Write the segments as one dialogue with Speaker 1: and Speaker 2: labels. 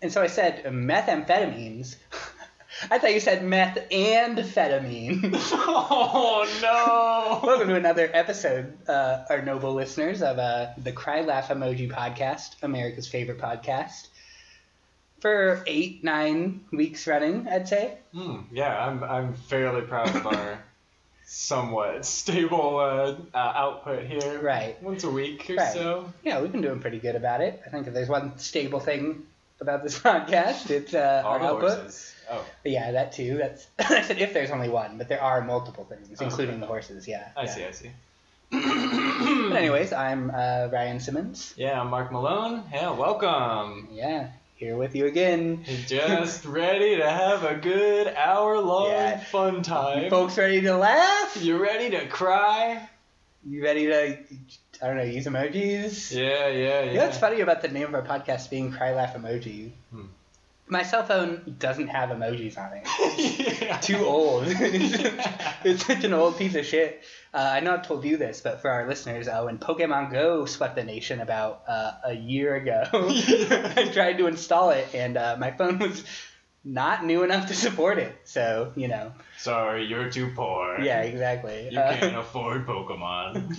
Speaker 1: And so I said methamphetamines. I thought you said meth and phetamine.
Speaker 2: Oh no!
Speaker 1: Welcome to another episode, uh, our noble listeners of uh, the Cry Laugh Emoji podcast, America's favorite podcast. For eight, nine weeks running, I'd say.
Speaker 2: Hmm, yeah, I'm I'm fairly proud of our somewhat stable uh, uh, output here.
Speaker 1: Right.
Speaker 2: Once a week or
Speaker 1: Right.
Speaker 2: so.
Speaker 1: Yeah, we've been doing pretty good about it. I think if there's one stable thing about this podcast, it's uh,
Speaker 2: All
Speaker 1: our
Speaker 2: the
Speaker 1: output.
Speaker 2: horses. Oh,
Speaker 1: But yeah, that too. That's I said if there's only one, but there are multiple things,
Speaker 2: Oh,
Speaker 1: including
Speaker 2: okay.
Speaker 1: the horses. Yeah.
Speaker 2: I
Speaker 1: yeah.
Speaker 2: see. I see.
Speaker 1: But anyways, I'm uh, Ryan Simmons.
Speaker 2: Yeah, I'm Mark Malone. Yeah, welcome.
Speaker 1: Yeah, here with you again.
Speaker 2: Just ready to have a good hour long
Speaker 1: Yeah.
Speaker 2: fun time.
Speaker 1: Folks, ready to laugh?
Speaker 2: You ready to cry?
Speaker 1: You ready to? I don't know. Use emojis.
Speaker 2: Yeah, yeah, yeah.
Speaker 1: You know what's funny about the name of our podcast being "Cry Laugh Emoji"?
Speaker 2: Hmm.
Speaker 1: My cell phone doesn't have emojis on it.
Speaker 2: yeah.
Speaker 1: too old. it's such an old piece of shit. Uh, I know I've told you this, but for our listeners, uh, when Pokemon Go swept the nation about uh, a year ago, I tried to install it, and uh, my phone was not new enough to support it. So you know,
Speaker 2: Sorry, you're too poor.
Speaker 1: yeah, exactly.
Speaker 2: You
Speaker 1: Uh,
Speaker 2: can't afford Pokemon.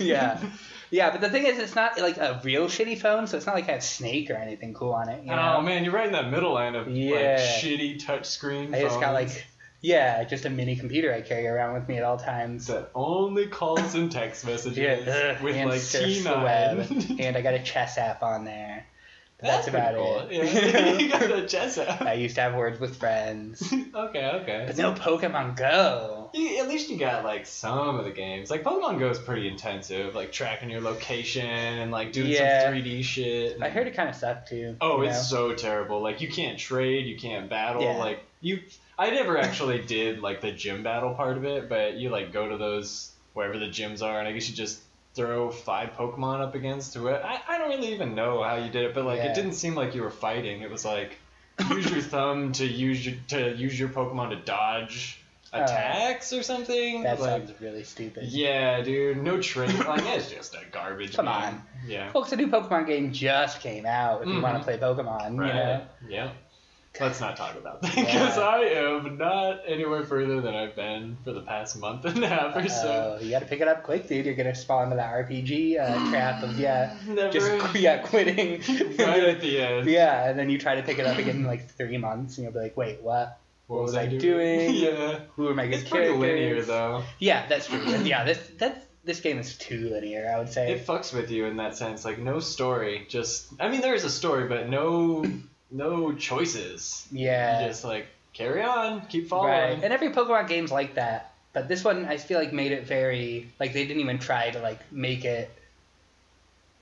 Speaker 1: yeah, yeah, but the thing is, it's not like a real shitty phone, so it's not like I have Snake or anything cool on it. You know?
Speaker 2: Oh man, you're right in that middle line of
Speaker 1: Yeah.
Speaker 2: like shitty touchscreen.
Speaker 1: I just got
Speaker 2: phones
Speaker 1: like, yeah, just a mini computer I carry around with me at all times.
Speaker 2: that only calls and text messages
Speaker 1: Yeah, uh, ugh,
Speaker 2: with
Speaker 1: and
Speaker 2: like
Speaker 1: surfs
Speaker 2: T
Speaker 1: the web,
Speaker 2: nine.
Speaker 1: and I got a chess app on there. But
Speaker 2: That's
Speaker 1: that's,
Speaker 2: pretty
Speaker 1: about
Speaker 2: cool. Yeah.
Speaker 1: it.
Speaker 2: you got the chess app.
Speaker 1: I used to have words with friends,
Speaker 2: okay, okay.
Speaker 1: but no Pokemon Go.
Speaker 2: You, at least you got like some of the games. Like Pokemon Go is pretty intensive, like tracking your location and like doing
Speaker 1: Yeah.
Speaker 2: some 3D shit. and-
Speaker 1: I heard it kind of sucked too.
Speaker 2: Oh,
Speaker 1: you
Speaker 2: it's
Speaker 1: know?
Speaker 2: so terrible. Like you can't trade, you can't battle.
Speaker 1: Yeah.
Speaker 2: Like you, I never actually did like the gym battle part of it, but you like go to those wherever the gyms are, and I guess you just throw five Pokemon up against to it. I, I don't really even know how you did it, but like
Speaker 1: Yeah.
Speaker 2: it didn't seem like you were fighting. It was like use your thumb to use your to use your Pokemon to dodge
Speaker 1: Oh.
Speaker 2: attacks or something.
Speaker 1: that
Speaker 2: like,
Speaker 1: sounds really stupid.
Speaker 2: yeah, dude, no trade. like it's just a garbage.
Speaker 1: Come
Speaker 2: game.
Speaker 1: on.
Speaker 2: Yeah.
Speaker 1: Folks, the new Pokemon game just came out. If you want
Speaker 2: Mhm.
Speaker 1: to play Pokemon,
Speaker 2: Right.
Speaker 1: you know.
Speaker 2: Yeah. Let's not talk about that
Speaker 1: Yeah.
Speaker 2: because I am not anywhere further than I've been for the past month and a half or so.
Speaker 1: Oh, you got to pick it up quick, dude. You're gonna fall into that RPG uh, trap of yeah,
Speaker 2: Never.
Speaker 1: just qu- yeah, quitting.
Speaker 2: right at the end.
Speaker 1: yeah, and then you try to pick it up again in like three months, and you'll be like, wait, what?
Speaker 2: What was
Speaker 1: was
Speaker 2: I
Speaker 1: I
Speaker 2: doing?
Speaker 1: doing?
Speaker 2: yeah.
Speaker 1: Who are my good
Speaker 2: It's pretty linear
Speaker 1: characters?
Speaker 2: though.
Speaker 1: Yeah, that's true. yeah, this that's this game is too linear, I would say.
Speaker 2: It fucks with you in that sense. Like no story. Just I mean there is a story, but no no choices.
Speaker 1: yeah.
Speaker 2: You just like carry on, keep following.
Speaker 1: right. And every Pokemon game's like that. But this one I feel like made it very like they didn't even try to like make it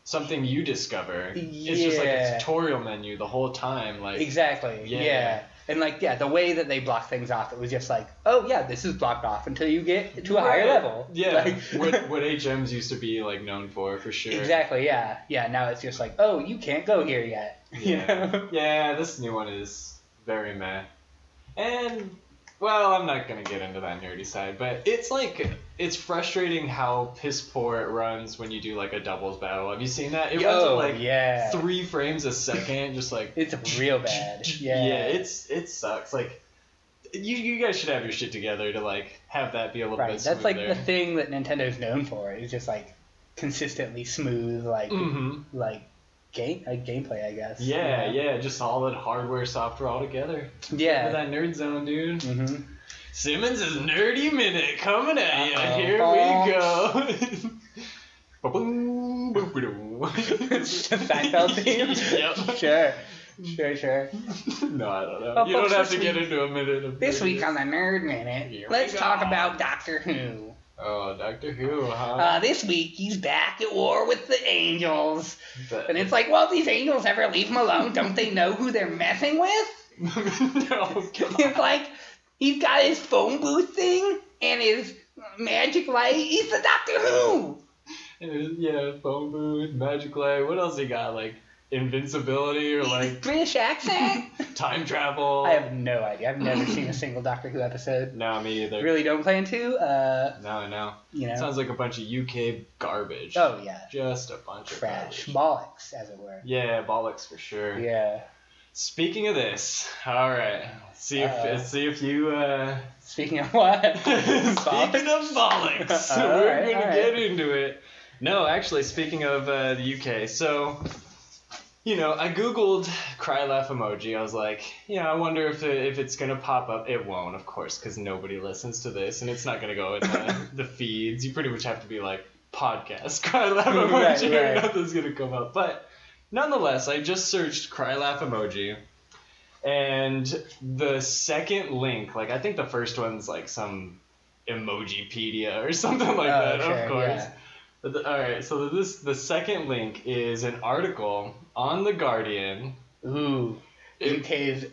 Speaker 2: Something you discover. It's just like a
Speaker 1: Yeah.
Speaker 2: tutorial menu the whole time. Like
Speaker 1: exactly.
Speaker 2: Yeah.
Speaker 1: Yeah. And like yeah, the way that they block things off, it was just like, oh yeah, this is blocked off until you get to a higher
Speaker 2: Right.
Speaker 1: level.
Speaker 2: Yeah,
Speaker 1: Like-
Speaker 2: what, what HMs used to be like known for, for sure.
Speaker 1: Exactly, yeah. Yeah, now it's just like, oh, you can't go here yet. You
Speaker 2: Yeah.
Speaker 1: know?
Speaker 2: yeah, this new one is very meh. And well, I'm not gonna get into that nerdy side, but it's like it's frustrating how piss poor it runs when you do like a doubles battle. Have you seen that? It runs at
Speaker 1: Yo,
Speaker 2: like
Speaker 1: Oh, yeah.
Speaker 2: three frames a second, just like
Speaker 1: It's real bad. Yeah.
Speaker 2: yeah, it's it sucks. Like you you guys should have your shit together to like have that be a little
Speaker 1: Right,
Speaker 2: bit
Speaker 1: that's
Speaker 2: smoother.
Speaker 1: like the thing that Nintendo's known for. Is just like consistently smooth, like
Speaker 2: hmm
Speaker 1: like game like gameplay, I guess.
Speaker 2: Yeah,
Speaker 1: you know?
Speaker 2: yeah, just all that hardware, software all together. For
Speaker 1: yeah.
Speaker 2: that nerd zone, dude.
Speaker 1: hmm
Speaker 2: Simmons is nerdy minute coming at ya.
Speaker 1: Uh-oh.
Speaker 2: Here we go. Ba-boom, boop-a-doo.
Speaker 1: It's the Seinfeld theme.
Speaker 2: yep.
Speaker 1: Sure, sure, sure.
Speaker 2: No, I don't know.
Speaker 1: Well,
Speaker 2: you don't
Speaker 1: folks,
Speaker 2: have to
Speaker 1: this
Speaker 2: get
Speaker 1: week-
Speaker 2: into a minute of
Speaker 1: This week on
Speaker 2: nerds.
Speaker 1: the Nerd Minute,
Speaker 2: Here we
Speaker 1: let's talk
Speaker 2: go.
Speaker 1: about Doctor Who.
Speaker 2: Oh, Doctor Who, huh?
Speaker 1: Uh, this week he's back at war with the angels,
Speaker 2: But-
Speaker 1: and it's like, well, these angels ever leave him alone? Don't they know who they're messing with?
Speaker 2: no, God.
Speaker 1: It's like he's got his phone booth thing and his magic light. He's the Doctor Who.
Speaker 2: Yeah, phone booth, magic light. What else he got? Like invincibility or like
Speaker 1: British accent.
Speaker 2: time travel?
Speaker 1: I have no idea. I've never seen a single Doctor Who episode.
Speaker 2: No, me either.
Speaker 1: Really don't plan to. Uh,
Speaker 2: No, no.
Speaker 1: you know.
Speaker 2: Sounds like a bunch of UK garbage.
Speaker 1: oh yeah,
Speaker 2: Just a bunch of
Speaker 1: trash
Speaker 2: garbage.
Speaker 1: bollocks, as it were.
Speaker 2: Yeah, bollocks for sure.
Speaker 1: Yeah.
Speaker 2: Speaking of this, all right. See if
Speaker 1: Uh.
Speaker 2: see if you. Uh,
Speaker 1: Speaking of what?
Speaker 2: speaking of bollocks,
Speaker 1: All
Speaker 2: we're
Speaker 1: right,
Speaker 2: gonna
Speaker 1: all right.
Speaker 2: get into it. No, actually, speaking of uh, the UK, so you know, I googled cry laugh emoji. I was like, yeah, I wonder if it, if it's gonna pop up. It won't, of course, because nobody listens to this, and it's not gonna go in the, the feeds. You pretty much have to be like podcast cry laugh emoji,
Speaker 1: Right,
Speaker 2: or
Speaker 1: right.
Speaker 2: nothing's gonna come up. But nonetheless, I just searched cry laugh emoji. And the second link, like I think the first one's like some emojipedia or something like
Speaker 1: Oh,
Speaker 2: that,
Speaker 1: sure,
Speaker 2: of course.
Speaker 1: yeah.
Speaker 2: But the- all right, so this the second link is an article on the Guardian.
Speaker 1: Ooh.
Speaker 2: It-
Speaker 1: UK's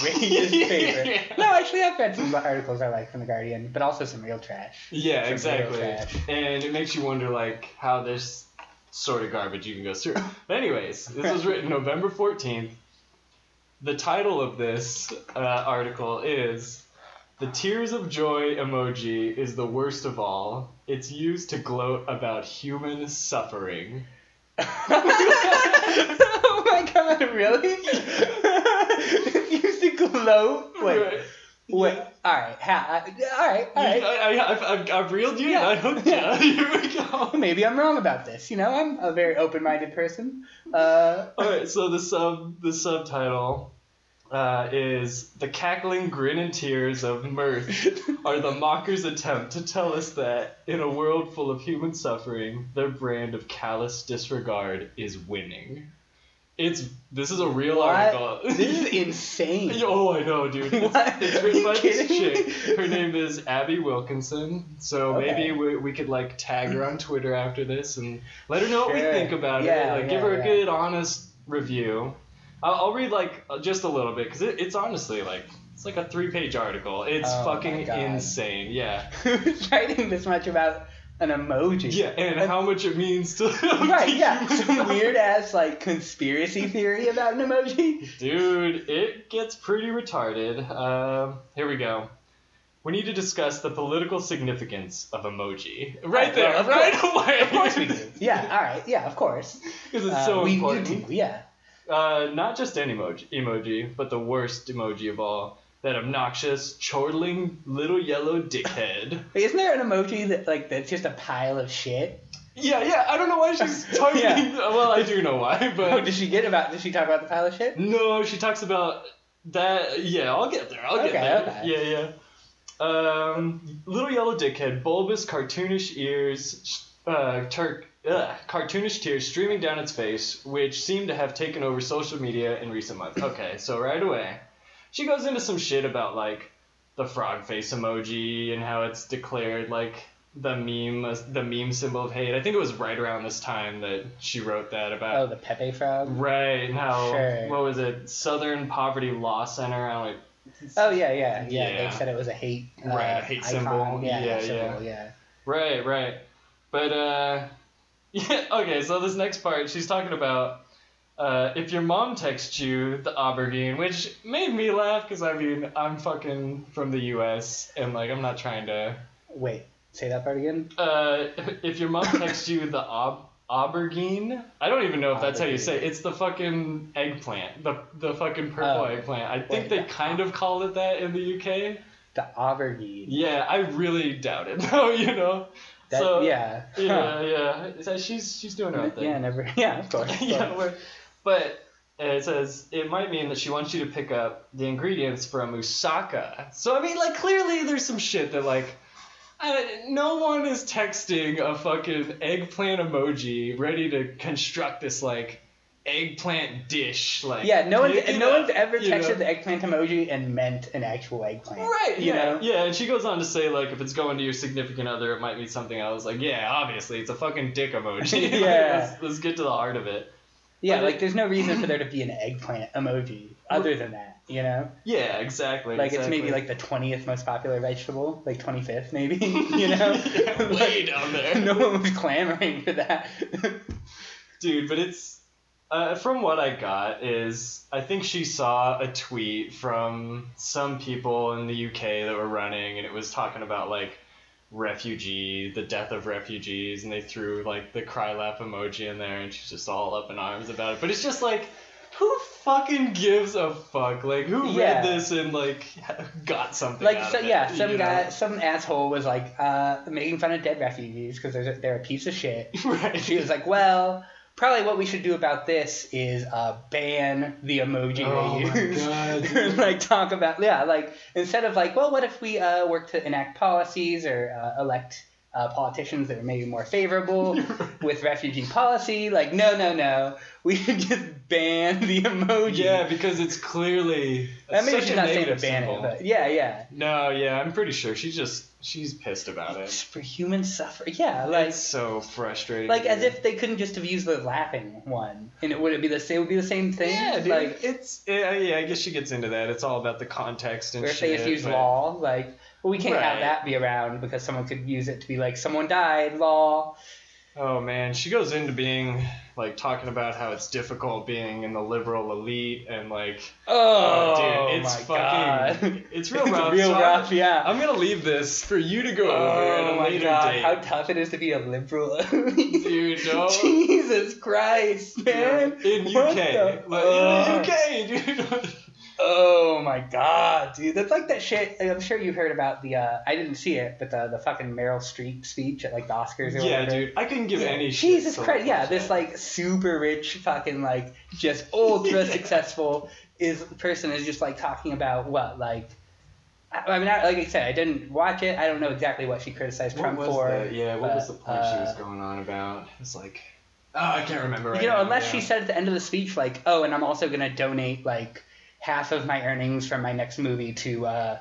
Speaker 1: greatest favorite.
Speaker 2: Yeah.
Speaker 1: No, actually, I've read some articles I like from The Guardian, but also some real trash.
Speaker 2: Yeah,
Speaker 1: Some
Speaker 2: exactly.
Speaker 1: real trash.
Speaker 2: And it makes you wonder like how this sort of garbage even goes through. But anyways, this was written November fourteenth. The title of this uh, article is. The tears of joy emoji is the worst of all. It's used to gloat about human suffering.
Speaker 1: oh my god, really? Used to gloat? Wait,
Speaker 2: Right.
Speaker 1: wait. Alright, ha- alright, alright.
Speaker 2: I, I, I've, I've, I've reeled you
Speaker 1: Yeah.
Speaker 2: in. I hooked you. Here we go.
Speaker 1: Maybe I'm wrong about this. You know, I'm a very open minded person. Uh,
Speaker 2: All right. So the sub the subtitle uh, is the cackling grin and tears of mirth are the mockers' attempt to tell us that in a world full of human suffering, their brand of callous disregard is winning. It's this is a real
Speaker 1: What?
Speaker 2: article.
Speaker 1: this is insane.
Speaker 2: Yo, Oh, I know, dude. It's,
Speaker 1: What?
Speaker 2: it's
Speaker 1: Are
Speaker 2: written
Speaker 1: you
Speaker 2: by this
Speaker 1: kidding me?
Speaker 2: chick. Her name is Abby Wilkinson. So
Speaker 1: Okay.
Speaker 2: maybe we, we could like tag her on Twitter after this and let her know what we
Speaker 1: Sure.
Speaker 2: think about
Speaker 1: Yeah,
Speaker 2: it. Like,
Speaker 1: yeah,
Speaker 2: give her
Speaker 1: yeah.
Speaker 2: a good, honest review. I'll, I'll read like uh, just a little bit because it, it's honestly like it's like a three-page article. It's
Speaker 1: Oh, my
Speaker 2: fucking
Speaker 1: God.
Speaker 2: insane. Yeah.
Speaker 1: Who's writing this much about an emoji?
Speaker 2: Yeah, and how much it means to
Speaker 1: Right, yeah. Some weird ass like conspiracy theory about an emoji.
Speaker 2: Dude, it gets pretty retarded. Um, here we go. We need to discuss the political significance of emoji. Right there,
Speaker 1: Well, of
Speaker 2: right
Speaker 1: course.
Speaker 2: away.
Speaker 1: Of course we do. Yeah, alright, yeah, of course.
Speaker 2: Because it's
Speaker 1: Uh,
Speaker 2: so
Speaker 1: we, we do,
Speaker 2: important.
Speaker 1: yeah.
Speaker 2: Uh, not just any emoji, emoji, but the worst emoji of all. That obnoxious, chortling little yellow dickhead.
Speaker 1: Wait, isn't there an emoji that like that's just a pile of shit?
Speaker 2: yeah, yeah, I don't know why she's talking.
Speaker 1: Yeah.
Speaker 2: Well, I do know why,
Speaker 1: Oh,
Speaker 2: but.
Speaker 1: did she get about? Did she talk about the pile of shit?
Speaker 2: No, she talks about that. Yeah, I'll get there. I'll
Speaker 1: Okay,
Speaker 2: get
Speaker 1: okay.
Speaker 2: there. Yeah, yeah. Um, little yellow dickhead, bulbous, cartoonish ears, uh, tur- ugh, cartoonish tears streaming down its face, which seem to have taken over social media in recent months. Okay, so right away, she goes into some shit about like the frog face emoji and how it's declared like the meme, the meme symbol of hate. I think it was right around this time that she wrote that about.
Speaker 1: Oh, the Pepe frog.
Speaker 2: Right now,
Speaker 1: Sure.
Speaker 2: what was it? Southern Poverty Law Center. I don't
Speaker 1: Oh yeah, yeah, yeah.
Speaker 2: Yeah.
Speaker 1: They said it was a hate. Uh,
Speaker 2: Right, a hate
Speaker 1: icon.
Speaker 2: symbol.
Speaker 1: Yeah,
Speaker 2: Yeah,
Speaker 1: symbol, yeah.
Speaker 2: right, right. But uh, yeah. Okay, so this next part, she's talking about uh, if your mom texts you the aubergine, which made me laugh because I mean I'm fucking from the U.S. and like I'm not trying to.
Speaker 1: Wait, say that part again.
Speaker 2: Uh, if your mom texts you the aub aubergine, I don't even know if that's how you
Speaker 1: Aubergine.
Speaker 2: say it. it's the fucking eggplant, the the fucking purple
Speaker 1: Oh.
Speaker 2: eggplant. I think
Speaker 1: Wait,
Speaker 2: they
Speaker 1: the
Speaker 2: kind of call it that in the UK.
Speaker 1: The aubergine.
Speaker 2: Yeah, I really doubt it though, you know.
Speaker 1: That,
Speaker 2: so
Speaker 1: yeah. Huh.
Speaker 2: yeah, yeah. So she's she's doing her own
Speaker 1: Yeah,
Speaker 2: thing.
Speaker 1: never. Yeah, of course. of
Speaker 2: yeah,
Speaker 1: course.
Speaker 2: we're- but uh, it says it might mean that she wants you to pick up the ingredients from Usaka. So I mean, like clearly there's some shit that like. I, no one is texting a fucking eggplant emoji ready to construct this like eggplant dish like
Speaker 1: Yeah, no one's
Speaker 2: pick it
Speaker 1: no
Speaker 2: up,
Speaker 1: one's ever
Speaker 2: you
Speaker 1: texted
Speaker 2: know?
Speaker 1: the eggplant emoji and meant an actual eggplant.
Speaker 2: Right.
Speaker 1: You
Speaker 2: yeah.
Speaker 1: know.
Speaker 2: Yeah, and she goes on to say like if it's going to your significant other, it might be something else. Like yeah, obviously it's a fucking dick emoji. Like,
Speaker 1: Yeah.
Speaker 2: let's, let's get to the heart of it.
Speaker 1: Yeah,
Speaker 2: But
Speaker 1: like
Speaker 2: it-
Speaker 1: there's no reason for there to be an eggplant emoji other than that. You know.
Speaker 2: Yeah, exactly.
Speaker 1: Like it's
Speaker 2: exactly.
Speaker 1: maybe like the twentieth most popular vegetable, like twenty fifth maybe. You know.
Speaker 2: Yeah, way
Speaker 1: Like,
Speaker 2: down there.
Speaker 1: No one was clamoring for that.
Speaker 2: dude but it's uh, from what i got is i think she saw a tweet from some people in the uk that were running and it was talking about like refugee the death of refugees and they threw like the cry laugh emoji in there and she's just all up in arms about it but it's just like who fucking gives a fuck? Like, who
Speaker 1: Yeah.
Speaker 2: read this and like got something?
Speaker 1: Like
Speaker 2: out
Speaker 1: so,
Speaker 2: of it,
Speaker 1: yeah, some
Speaker 2: you know?
Speaker 1: guy, some asshole was like uh, making fun of dead refugees because they're they're a piece of shit. And
Speaker 2: right?
Speaker 1: she was like, well, probably what we should do about this is uh, ban the emoji
Speaker 2: Oh
Speaker 1: they
Speaker 2: my
Speaker 1: use.
Speaker 2: God, dude.
Speaker 1: like talk about yeah, like instead of like, well, what if we uh, work to enact policies or uh, elect uh, politicians that are maybe more favorable with refugee policy? Like, no, no, no, we should just ban the emoji.
Speaker 2: yeah, because it's clearly
Speaker 1: I mean,
Speaker 2: such
Speaker 1: she's
Speaker 2: a
Speaker 1: not saying to
Speaker 2: negative
Speaker 1: ban
Speaker 2: symbol.
Speaker 1: it, but yeah, yeah.
Speaker 2: No, yeah, I'm pretty sure she's just she's pissed about
Speaker 1: It's
Speaker 2: it.
Speaker 1: for human suffering. Yeah, like
Speaker 2: it's so frustrating.
Speaker 1: like as
Speaker 2: dude.
Speaker 1: if they couldn't just have used the laughing one, and it would it be the same? It would be the same thing.
Speaker 2: Yeah, dude,
Speaker 1: Like
Speaker 2: it's yeah, yeah. I guess she gets into that. It's all about the context and
Speaker 1: or if
Speaker 2: shit.
Speaker 1: they just used
Speaker 2: but-
Speaker 1: law, like well, we can't have
Speaker 2: Right.
Speaker 1: that be around because someone could use it to be like someone died law.
Speaker 2: Oh man, she goes into being like talking about how it's difficult being in the liberal elite and like
Speaker 1: Oh,
Speaker 2: dude, it's
Speaker 1: my
Speaker 2: fucking
Speaker 1: god,
Speaker 2: it's real
Speaker 1: It's
Speaker 2: rough.
Speaker 1: real
Speaker 2: so I'm-
Speaker 1: rough, yeah.
Speaker 2: I'm gonna leave this for you to go over at
Speaker 1: oh
Speaker 2: a
Speaker 1: my
Speaker 2: later
Speaker 1: god,
Speaker 2: date.
Speaker 1: how tough it is to be a liberal.
Speaker 2: Dude, no.
Speaker 1: Jesus Christ, man.
Speaker 2: in
Speaker 1: What
Speaker 2: UK,
Speaker 1: the
Speaker 2: like,
Speaker 1: fuck?
Speaker 2: in the UK, dude.
Speaker 1: Oh my god, dude, that's like that shit. I'm sure you heard about the. Uh, I didn't see it, but the the fucking Meryl Streep speech at like the Oscars. Or
Speaker 2: yeah,
Speaker 1: whatever.
Speaker 2: dude, I couldn't give
Speaker 1: Yeah,
Speaker 2: any shit.
Speaker 1: Jesus
Speaker 2: so
Speaker 1: Christ! Yeah,
Speaker 2: much,
Speaker 1: this like super rich, fucking like just ultra successful is person is just like talking about what like. I I mean, I, like I said, I didn't watch it. I don't know exactly what she criticized
Speaker 2: What
Speaker 1: Trump
Speaker 2: was
Speaker 1: for.
Speaker 2: the- yeah, what was the
Speaker 1: but,
Speaker 2: point she was
Speaker 1: uh,
Speaker 2: going on about? It's like, oh, I can't remember. Right
Speaker 1: you know,
Speaker 2: now,
Speaker 1: unless
Speaker 2: yeah.
Speaker 1: she said at the end of the speech, like, "Oh, and I'm also going to donate like half of my earnings from my next movie to uh,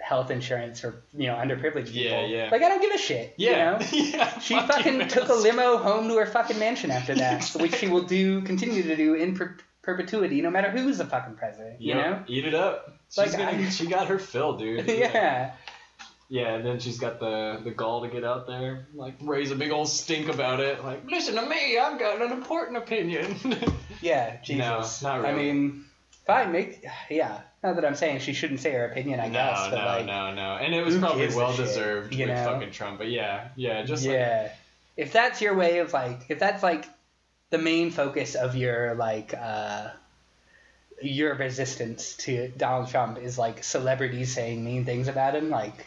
Speaker 1: health insurance for you know underprivileged people."
Speaker 2: Yeah, yeah.
Speaker 1: Like, I don't give a shit.
Speaker 2: yeah,
Speaker 1: You know?
Speaker 2: yeah,
Speaker 1: She
Speaker 2: fuck you,
Speaker 1: fucking took a
Speaker 2: Meryl.
Speaker 1: limo home to her fucking mansion after that, which she will do, continue to do in per- perpetuity, no matter who's the fucking president. You
Speaker 2: Yep,
Speaker 1: know?
Speaker 2: eat it up. She's
Speaker 1: Like,
Speaker 2: gonna,
Speaker 1: I-
Speaker 2: she got her fill, dude.
Speaker 1: yeah.
Speaker 2: Yeah, and then she's got the the gall to get out there, like raise a big old stink about it. Like, listen to me, I've got an important opinion.
Speaker 1: Yeah.
Speaker 2: No,
Speaker 1: Jesus.
Speaker 2: not
Speaker 1: I
Speaker 2: really.
Speaker 1: mean, fine. Make yeah. Not that I'm saying she shouldn't say her opinion. I
Speaker 2: no,
Speaker 1: guess, but
Speaker 2: no,
Speaker 1: like,
Speaker 2: no, no. And it was
Speaker 1: who
Speaker 2: probably
Speaker 1: gives a
Speaker 2: well
Speaker 1: shit,
Speaker 2: deserved
Speaker 1: you
Speaker 2: with
Speaker 1: know?
Speaker 2: fucking Trump. But yeah, yeah, just like
Speaker 1: yeah. if that's your way of like, if that's like the main focus of your like, uh, your resistance to Donald Trump is like celebrities saying mean things about him, like,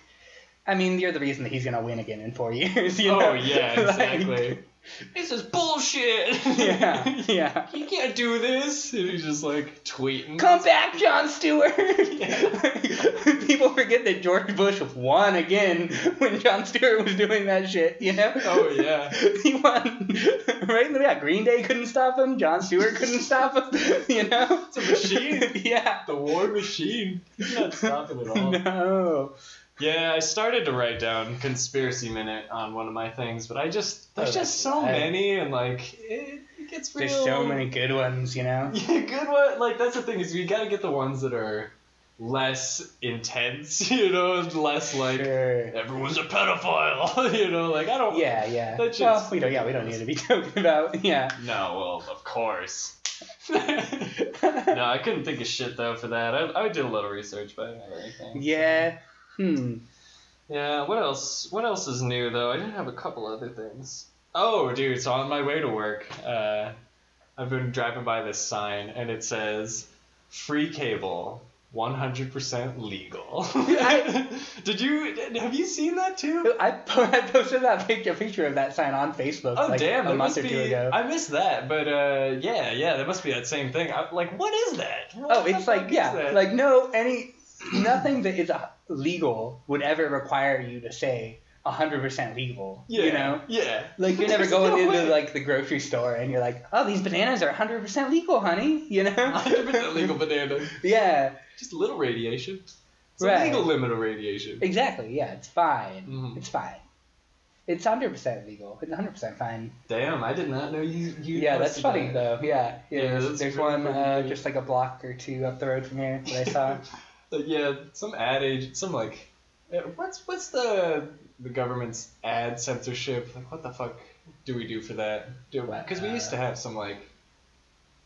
Speaker 1: I mean, you're the reason that he's gonna win again in four years. You know?
Speaker 2: Oh yeah,
Speaker 1: Like,
Speaker 2: exactly. this is bullshit.
Speaker 1: yeah, yeah.
Speaker 2: you can't do this. And he's just like tweeting.
Speaker 1: Come back, John Stewart.
Speaker 2: Yeah.
Speaker 1: People forget that George Bush won again when John Stewart was doing that shit. You know?
Speaker 2: Oh yeah.
Speaker 1: he won. Right? Yeah, Green Day couldn't stop him. John Stewart couldn't stop him. You know?
Speaker 2: It's a machine.
Speaker 1: yeah.
Speaker 2: The war machine. He's not stopping at all.
Speaker 1: No.
Speaker 2: Yeah, I started to write down conspiracy minute on one of my things, but I just there's
Speaker 1: Oh,
Speaker 2: just so
Speaker 1: that's-
Speaker 2: many and like it, it gets real.
Speaker 1: There's so many good ones, you know?
Speaker 2: Yeah, good one. Like that's the thing is we gotta get the ones that are less intense, you know, and less like
Speaker 1: Sure.
Speaker 2: everyone's a pedophile, you know. Like I don't.
Speaker 1: Yeah, yeah.
Speaker 2: That shit's
Speaker 1: Well, we don't, yeah, we don't need to be talking about. Yeah.
Speaker 2: No, well, of course. no, I couldn't think of shit though for that. I, I did a little research, but I didn't have anything.
Speaker 1: Yeah. Hmm.
Speaker 2: Yeah, what else? What else is new though? I didn't have a couple other things. Oh, dude, so on my way to work, uh, I've been driving by this sign and it says free cable, 100% legal.
Speaker 1: I-
Speaker 2: Did you have you seen that too?
Speaker 1: I, po- I posted that picture, picture of that sign on Facebook
Speaker 2: Oh
Speaker 1: like
Speaker 2: damn,
Speaker 1: a
Speaker 2: that
Speaker 1: month
Speaker 2: must
Speaker 1: or two
Speaker 2: be
Speaker 1: ago.
Speaker 2: I missed that, but uh yeah, yeah, that must be that same thing. I, like what is that? What
Speaker 1: oh,
Speaker 2: the
Speaker 1: it's like
Speaker 2: fuck is
Speaker 1: yeah,
Speaker 2: that?
Speaker 1: like no any nothing that is uh, legal would ever require you to say hundred percent legal.
Speaker 2: yeah,
Speaker 1: You know.
Speaker 2: Yeah.
Speaker 1: Like you're never
Speaker 2: There's
Speaker 1: going
Speaker 2: no
Speaker 1: into
Speaker 2: way.
Speaker 1: like the grocery store and you're like, oh, these bananas are 100% legal, honey. You know?
Speaker 2: 100% legal banana.
Speaker 1: yeah,
Speaker 2: Just a little radiation. It's
Speaker 1: Right.
Speaker 2: a legal limit of radiation.
Speaker 1: exactly. Yeah, it's fine.
Speaker 2: Mhm.
Speaker 1: It's fine. It's 100% legal. It's 100% fine.
Speaker 2: Damn, I did not know you. you
Speaker 1: yeah, that's
Speaker 2: posted
Speaker 1: funny
Speaker 2: that.
Speaker 1: though. Yeah, yeah.
Speaker 2: Yeah,
Speaker 1: there's
Speaker 2: that's
Speaker 1: there's
Speaker 2: pretty
Speaker 1: one
Speaker 2: fucking
Speaker 1: uh,
Speaker 2: good.
Speaker 1: just like a block or two up the road from here that I saw.
Speaker 2: But yeah, some ad agent, some like, eh, what's what's the the government's ad censorship? Like, what the fuck do we do for that? Do
Speaker 1: What,
Speaker 2: because we used
Speaker 1: uh,
Speaker 2: to have some like.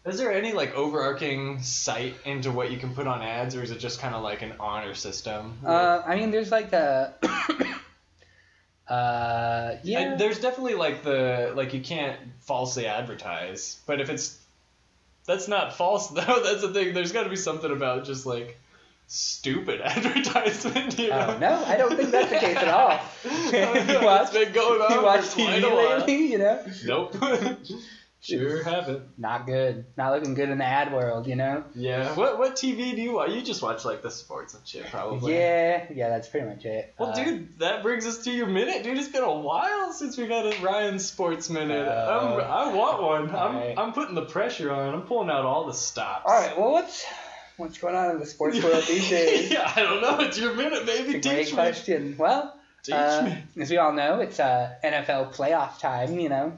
Speaker 2: Is there any like overarching sight into what you can put on ads, or is it just kind of like an honor system?
Speaker 1: Uh, I mean, there's like a. uh, yeah.
Speaker 2: I- there's definitely like the like you can't falsely advertise, but if it's That's not false though. That's the thing. There's got to be something about just like stupid advertisement. You know?
Speaker 1: Oh, no, I don't think that's the case at all.
Speaker 2: Oh,
Speaker 1: You
Speaker 2: yeah,
Speaker 1: watch-
Speaker 2: it's been going on
Speaker 1: you watch
Speaker 2: for quite
Speaker 1: TV
Speaker 2: a while.
Speaker 1: lately, you know?
Speaker 2: Nope. sure haven't.
Speaker 1: Not good. Not looking good in the ad world, you know?
Speaker 2: Yeah. What what TV do you watch? You just watch like the sports and shit probably.
Speaker 1: Yeah, yeah, that's pretty much it.
Speaker 2: Oh, Well,
Speaker 1: Uh,
Speaker 2: dude, that brings us to your minute, dude. It's been a while since we got a Ryan Sports Minute.
Speaker 1: Uh,
Speaker 2: I'm, I want one. I'm,
Speaker 1: alright.
Speaker 2: I'm putting the pressure on. I'm pulling out all the stops.
Speaker 1: All right, well, what's what's going on in the sports world these days?
Speaker 2: yeah, I don't know. It's your minute, baby.
Speaker 1: It's a great
Speaker 2: Teach me.
Speaker 1: question. Well,
Speaker 2: Teach
Speaker 1: uh,
Speaker 2: me.
Speaker 1: as we all know, it's uh, NFL playoff time, you know?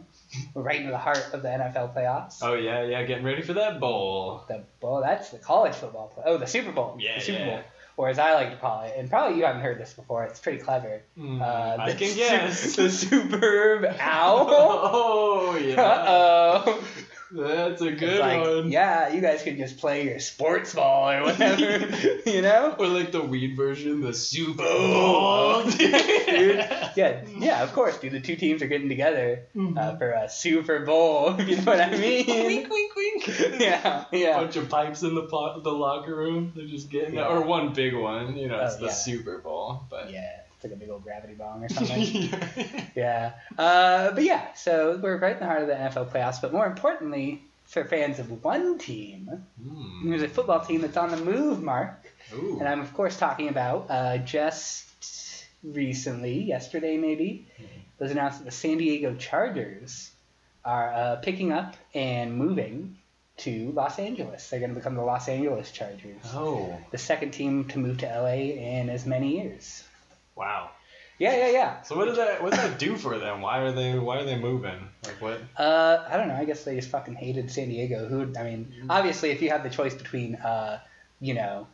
Speaker 1: We're right into the heart of the NFL playoffs.
Speaker 2: Oh yeah, yeah. Getting ready for that bowl.
Speaker 1: The bowl, that's the college football play. Oh, the Super Bowl.
Speaker 2: Yeah,
Speaker 1: the Super
Speaker 2: yeah.
Speaker 1: Bowl. Or as I like to call it, and probably you haven't heard this before, it's pretty clever.
Speaker 2: Mm,
Speaker 1: Uh,
Speaker 2: I
Speaker 1: the
Speaker 2: can
Speaker 1: su-
Speaker 2: guess.
Speaker 1: The superb owl.
Speaker 2: oh yeah.
Speaker 1: Uh-oh.
Speaker 2: That's a
Speaker 1: It's
Speaker 2: good
Speaker 1: like,
Speaker 2: one.
Speaker 1: Yeah, you guys can just play your sports ball or whatever, you know?
Speaker 2: Or like the weed version, the Super
Speaker 1: Oh,
Speaker 2: Bowl.
Speaker 1: Dude, yeah, yeah, of course, dude. The two teams are getting together uh, for a Super Bowl, if you know what I mean.
Speaker 2: wink, wink, wink.
Speaker 1: yeah, yeah.
Speaker 2: Bunch of pipes in the po- the locker room. They're just getting
Speaker 1: Yeah.
Speaker 2: or one big one. You know,
Speaker 1: Oh,
Speaker 2: it's the
Speaker 1: yeah.
Speaker 2: Super Bowl. But
Speaker 1: Yeah, it's like a big old gravity bong or something. yeah. Uh, but yeah, so we're right in the heart of the NFL playoffs, but more importantly, for fans of one team,
Speaker 2: Hmm.
Speaker 1: there's a football team that's on the move, Mark.
Speaker 2: Ooh.
Speaker 1: And I'm, of course, talking about uh, just recently, yesterday maybe, it was announced that the San Diego Chargers are uh, picking up and moving to Los Angeles. They're going to become the Los Angeles Chargers,
Speaker 2: oh
Speaker 1: the second team to move to LA in as many years.
Speaker 2: wow.
Speaker 1: Yeah, yeah, yeah.
Speaker 2: So what does that what does that do for them? Why are they why are they moving? Like what?
Speaker 1: Uh, I don't know. I guess they just fucking hated San Diego. Who? would- I mean,
Speaker 2: Mm-hmm.
Speaker 1: obviously, if you had the choice between, uh, you know,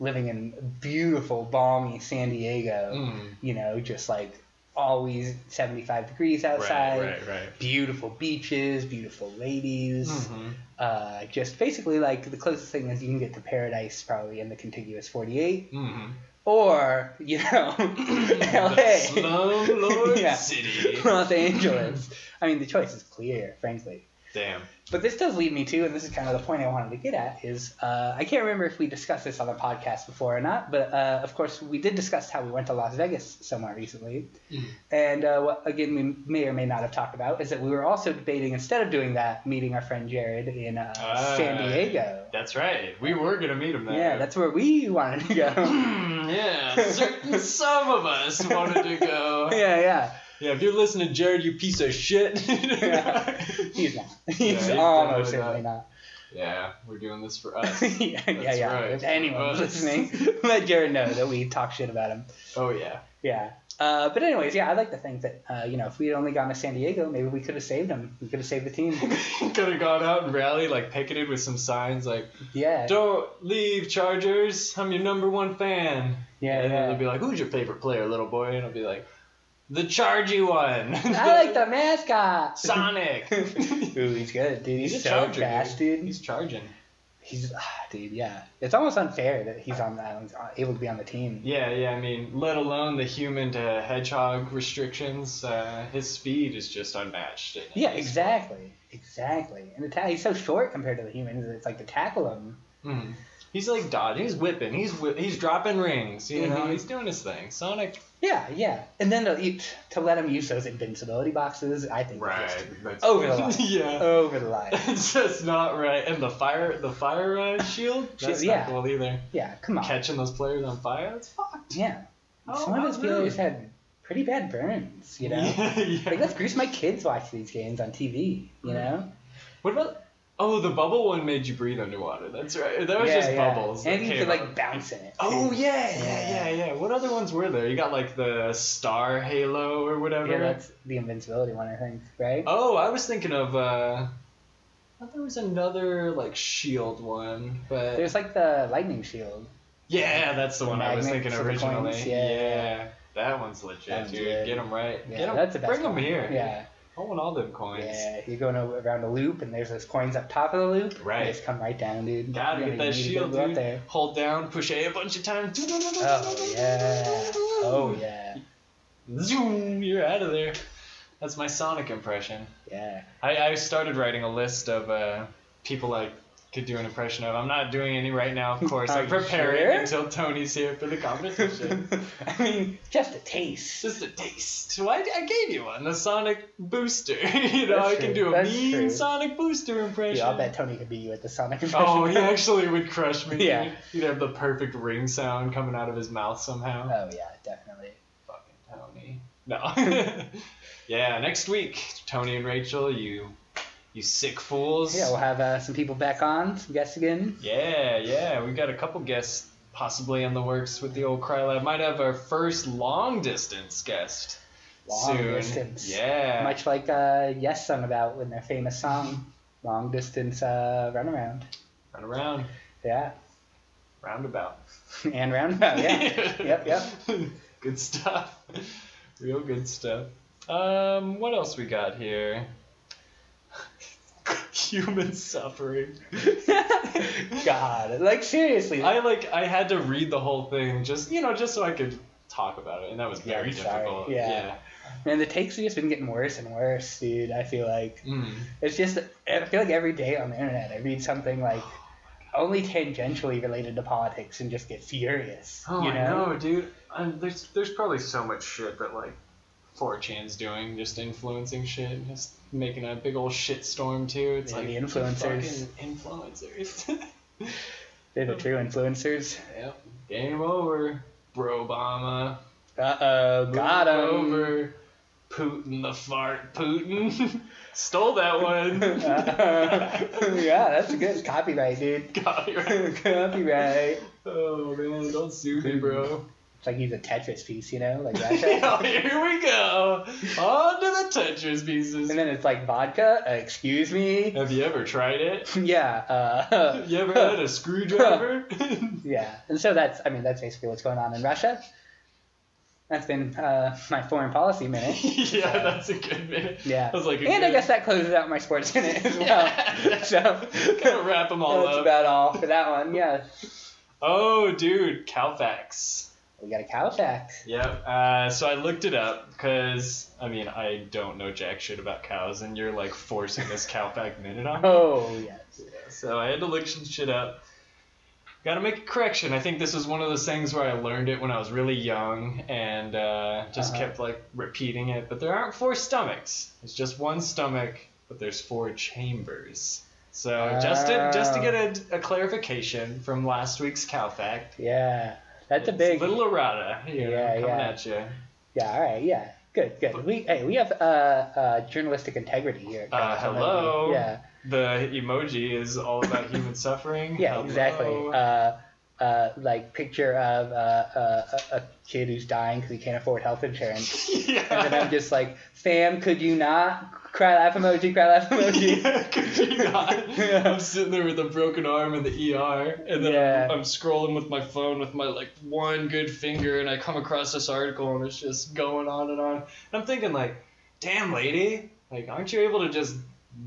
Speaker 1: living in beautiful, balmy San Diego.
Speaker 2: Mm.
Speaker 1: you know, just like always 75 degrees outside,
Speaker 2: Right, right, right.
Speaker 1: beautiful beaches, beautiful ladies.
Speaker 2: Mhm.
Speaker 1: Uh, just basically like the closest thing is you can get to paradise probably in the contiguous 48
Speaker 2: Mhm.
Speaker 1: or, you know,
Speaker 2: Mm-hmm. The
Speaker 1: LA,
Speaker 2: slumlord
Speaker 1: Yeah.
Speaker 2: city.
Speaker 1: Los Angeles. I mean, the choice is clear, frankly.
Speaker 2: Damn.
Speaker 1: But this does lead me to, and this is kind of the point I wanted to get at, is uh, I can't remember if we discussed this on the podcast before or not, but uh, of course we did discuss how we went to Las Vegas somewhat recently.
Speaker 2: Mm.
Speaker 1: And uh, what, again, we may or may not have talked about is that we were also debating, instead of doing that, meeting our friend Jared in uh,
Speaker 2: Ah,
Speaker 1: San Diego.
Speaker 2: That's right. We were gonna meet him there.
Speaker 1: Yeah, that's where we wanted to go.
Speaker 2: Hmm, yeah, certain some of us wanted to go.
Speaker 1: yeah, yeah.
Speaker 2: Yeah, if you're listening, Jared, you piece of shit.
Speaker 1: Yeah. He's not. He's
Speaker 2: he's
Speaker 1: almost
Speaker 2: definitely
Speaker 1: certainly not.
Speaker 2: yeah, we're doing this for us.
Speaker 1: yeah, yeah,
Speaker 2: That's
Speaker 1: yeah.
Speaker 2: right.
Speaker 1: If anyone's
Speaker 2: Uh,
Speaker 1: listening, let Jared know that we talk shit about him.
Speaker 2: Oh yeah.
Speaker 1: Yeah. Uh, but anyways, yeah, I like to think that uh, you know if we had only gone to San Diego, maybe we could have saved him. We could have saved the team.
Speaker 2: Could have gone out and rallied, like picketed with some signs like
Speaker 1: Yeah.
Speaker 2: "Don't leave, Chargers. I'm your number one fan."
Speaker 1: yeah,
Speaker 2: and then
Speaker 1: yeah.
Speaker 2: they'll be like, "Who's your favorite player, little boy?" And I'll be like, "The Chargy one."
Speaker 1: I like the mascot.
Speaker 2: Sonic.
Speaker 1: Ooh, he's good, dude. He's,
Speaker 2: a
Speaker 1: so
Speaker 2: Charger,
Speaker 1: fast, dude.
Speaker 2: He's
Speaker 1: He's,
Speaker 2: charging.
Speaker 1: ah, dude, yeah. It's almost unfair that he's on that able to be on the team.
Speaker 2: Yeah, yeah. I mean, let alone the human to hedgehog restrictions. Uh, his speed is just unmatched. in it.
Speaker 1: Yeah, exactly, exactly. And the ta- he's so short compared to the humans. It's like to tackle him.
Speaker 2: Mhm. He's like dodging. He's whipping. He's whi- he's dropping rings. You know,
Speaker 1: Mhm.
Speaker 2: he's doing his thing. Sonic.
Speaker 1: Yeah, yeah. And then to, eat- to let him use those invincibility boxes, I think it's just Over the line.
Speaker 2: yeah.
Speaker 1: over the line.
Speaker 2: It's just not right. And the fire, the fire uh, shield. That's
Speaker 1: Yeah.
Speaker 2: not cool either.
Speaker 1: Yeah, come on.
Speaker 2: Catching those players on fire. That's fucked.
Speaker 1: Yeah.
Speaker 2: Oh,
Speaker 1: Some of those
Speaker 2: not really.
Speaker 1: players had pretty bad burns, you know?
Speaker 2: Yeah, yeah.
Speaker 1: Like, let's grease my kids watch these games on TV,
Speaker 2: Mm-hmm.
Speaker 1: you know?
Speaker 2: What about? Oh, the bubble one made you breathe underwater. That's right. That was
Speaker 1: Yeah,
Speaker 2: just
Speaker 1: yeah.
Speaker 2: bubbles. that
Speaker 1: And you
Speaker 2: came
Speaker 1: could,
Speaker 2: up.
Speaker 1: like, bounce in it.
Speaker 2: Oh
Speaker 1: too.
Speaker 2: yeah, yeah, yeah,
Speaker 1: Yeah.
Speaker 2: yeah. What other ones were there? You got like the star halo or whatever.
Speaker 1: Yeah, that's the invincibility one, I think, right?
Speaker 2: Oh, I was thinking of. uh I thought there was another like shield E one, but
Speaker 1: There's, like, the lightning shield.
Speaker 2: yeah, that's the
Speaker 1: the
Speaker 2: one I was
Speaker 1: magnets
Speaker 2: thinking
Speaker 1: for the
Speaker 2: originally.
Speaker 1: coins, yeah.
Speaker 2: that one's legit,
Speaker 1: That's
Speaker 2: dude.
Speaker 1: good.
Speaker 2: Get them right.
Speaker 1: Yeah,
Speaker 2: Get 'em-
Speaker 1: that's the best
Speaker 2: Bring them
Speaker 1: one.
Speaker 2: here.
Speaker 1: Yeah,
Speaker 2: I want all them coins.
Speaker 1: yeah. You're going over- around a loop, and there's those coins up top of the loop. They
Speaker 2: Right.
Speaker 1: just come right down, dude.
Speaker 2: Gotta
Speaker 1: You
Speaker 2: get
Speaker 1: know, you
Speaker 2: that
Speaker 1: need to
Speaker 2: shield,
Speaker 1: go up
Speaker 2: E dude.
Speaker 1: there.
Speaker 2: Hold down, push A a bunch of times.
Speaker 1: Oh, yeah. Oh, yeah.
Speaker 2: Zoom, you're out of there. That's my Sonic impression.
Speaker 1: Yeah.
Speaker 2: I, I started writing a list of uh, people I could do an impression of. I'm not doing any right now, of course.
Speaker 1: Are
Speaker 2: I'm
Speaker 1: you sure?
Speaker 2: preparing until Tony's here for the competition.
Speaker 1: I mean, just a taste.
Speaker 2: Just a taste. Well, I, I gave you one, the Sonic Booster. you know,
Speaker 1: That's
Speaker 2: I
Speaker 1: true.
Speaker 2: can do a
Speaker 1: That's
Speaker 2: mean
Speaker 1: true.
Speaker 2: Sonic Booster impression.
Speaker 1: Yeah, I'll bet Tony could beat you at the Sonic impression.
Speaker 2: Oh, he actually would crush me.
Speaker 1: Yeah.
Speaker 2: dude. He'd have the perfect ring sound coming out of his mouth somehow.
Speaker 1: Oh yeah, definitely.
Speaker 2: Fucking Tony. No. yeah, next week, Tony and Rachel, you you sick fools.
Speaker 1: Yeah, we'll have uh, some people back on, some guests again.
Speaker 2: yeah, yeah. We've got a couple guests possibly in the works with the old Crylab. Might have our first long distance guest
Speaker 1: Long
Speaker 2: soon.
Speaker 1: distance.
Speaker 2: Yeah.
Speaker 1: Much like uh, Yes sung about in their famous song, "Long Distance uh, Runaround."
Speaker 2: Run around.
Speaker 1: Yeah,
Speaker 2: Roundabout.
Speaker 1: and roundabout. Yeah. Yep,
Speaker 2: yep. good stuff. Real good stuff. Um, what else we got here? Human suffering.
Speaker 1: God, like seriously.
Speaker 2: I like I had to read the whole thing just you know just so I could talk about it and that was
Speaker 1: Yeah,
Speaker 2: very
Speaker 1: I'm sorry.
Speaker 2: difficult.
Speaker 1: Yeah. Man, the takes have just been getting worse and worse, dude. I feel like
Speaker 2: Yeah. Mm.
Speaker 1: it's just I feel like every day on the internet I read something like only tangentially related to politics and just get furious.
Speaker 2: Oh,
Speaker 1: you
Speaker 2: I know, dude. i there's there's probably so much shit that like 4chan's doing, just influencing shit, just making a big old shit storm too. It's
Speaker 1: Yeah,
Speaker 2: like
Speaker 1: the influencers.
Speaker 2: fucking influencers.
Speaker 1: They're the
Speaker 2: Oh.
Speaker 1: true influencers.
Speaker 2: yep. Game over, bro. Obama.
Speaker 1: Uh oh, got him.
Speaker 2: over. Putin the fart. Putin stole that one.
Speaker 1: yeah, that's a good copyright, dude.
Speaker 2: Copyright.
Speaker 1: copyright.
Speaker 2: Oh man, don't sue me, bro.
Speaker 1: It's like he's a Tetris piece, you know, like Russia.
Speaker 2: Yeah, Oh, Here we go. On to the Tetris pieces.
Speaker 1: and then it's like vodka. Uh, excuse me.
Speaker 2: Have you ever tried it?
Speaker 1: yeah. Uh,
Speaker 2: Have you ever had a screwdriver?
Speaker 1: Yeah, and so that's I mean that's basically what's going on in Russia. That's been uh, my foreign policy minute.
Speaker 2: yeah, that's a good minute.
Speaker 1: Yeah,
Speaker 2: That was like a
Speaker 1: and I
Speaker 2: good-
Speaker 1: guess that closes out my sports minute as well.
Speaker 2: Yeah.
Speaker 1: So
Speaker 2: kind of wrap them all
Speaker 1: that's
Speaker 2: up.
Speaker 1: about all for that one. Yeah,
Speaker 2: Oh, dude, Calfax.
Speaker 1: we got a Calfax.
Speaker 2: Yep. Uh, so I looked it up because I mean I don't know jack shit about cows, and you're like forcing this Calfax minute on me.
Speaker 1: Oh yes.
Speaker 2: So I had to look some shit up. Got to make a correction. I think this was one of those things where I learned it when I was really young and uh, just
Speaker 1: Uh-huh.
Speaker 2: kept like repeating it. But there aren't four stomachs. It's just one stomach, but there's four chambers. So just to just to
Speaker 1: Oh.
Speaker 2: get a, a clarification from last week's cow fact.
Speaker 1: Yeah, that's a
Speaker 2: it's
Speaker 1: big.
Speaker 2: little errata. You know,
Speaker 1: Yeah,
Speaker 2: coming
Speaker 1: yeah.
Speaker 2: at you.
Speaker 1: Yeah. All right. Yeah. Good. Good. We hey we have uh, uh journalistic integrity here. at
Speaker 2: Uh,
Speaker 1: Calfax.
Speaker 2: hello.
Speaker 1: Yeah.
Speaker 2: The emoji is all about human suffering.
Speaker 1: Yeah.
Speaker 2: Hello.
Speaker 1: Exactly. Uh. Uh, like picture of uh, uh, a a kid who's dying because he can't afford health insurance,
Speaker 2: yeah.
Speaker 1: And then I'm just like, fam, could you not? Cry laugh emoji, cry laugh emoji.
Speaker 2: Yeah, could you not?
Speaker 1: Yeah.
Speaker 2: I'm sitting there with a broken arm in the ER, and then
Speaker 1: Yeah.
Speaker 2: I'm, I'm scrolling with my phone with my like one good finger, and I come across this article, and it's just going on and on. And I'm thinking like, damn lady, like aren't you able to just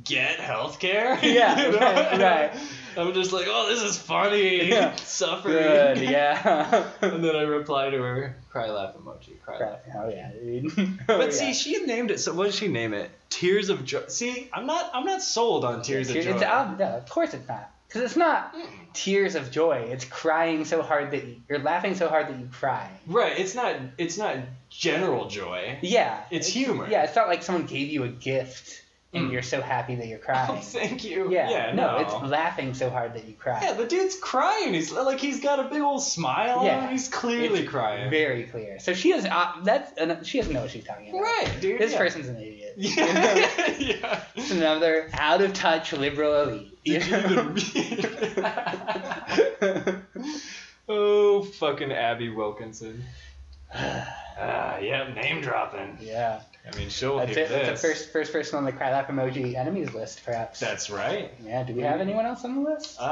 Speaker 2: get healthcare?
Speaker 1: Yeah, right, right.
Speaker 2: I'm just like, oh, this is funny.
Speaker 1: Yeah.
Speaker 2: Suffering.
Speaker 1: Good, yeah.
Speaker 2: And then I reply to her, cry laugh emoji, cry laugh.
Speaker 1: oh yeah, dude. Oh,
Speaker 2: But
Speaker 1: yeah.
Speaker 2: see, she named it. So what did she name it? Tears of joy. See, I'm not. I'm not sold on tears of
Speaker 1: It's-
Speaker 2: joy.
Speaker 1: it's- um, no, of course it's not. Because it's not tears of joy. It's crying so hard that you, you're laughing so hard that you cry.
Speaker 2: right. It's not. It's not general joy.
Speaker 1: Yeah.
Speaker 2: It's humor.
Speaker 1: Yeah, it's not like someone gave you a gift and
Speaker 2: Mm.
Speaker 1: you're so happy that you're
Speaker 2: Oh,
Speaker 1: crying.
Speaker 2: thank you.
Speaker 1: yeah.
Speaker 2: no.
Speaker 1: it's laughing so hard that you cry.
Speaker 2: yeah, the dude's crying. He's like he's got a big old smile.
Speaker 1: Yeah.
Speaker 2: He's clearly
Speaker 1: It's
Speaker 2: crying.
Speaker 1: Very clear. So she is. Uh, that's. Uh, she doesn't know what she's talking about.
Speaker 2: right, dude.
Speaker 1: This
Speaker 2: yeah.
Speaker 1: person's an idiot.
Speaker 2: Yeah. yeah.
Speaker 1: It's another out of touch liberal elite.
Speaker 2: Did you even read? oh, fucking Abby Wilkinson. Ah, yeah, name dropping.
Speaker 1: yeah,
Speaker 2: I mean, she'll
Speaker 1: that's
Speaker 2: hear
Speaker 1: it.
Speaker 2: this.
Speaker 1: That's the first first person on the cry laugh emoji enemies list, perhaps.
Speaker 2: That's right.
Speaker 1: yeah. Do we have anyone else on the list?
Speaker 2: Uh,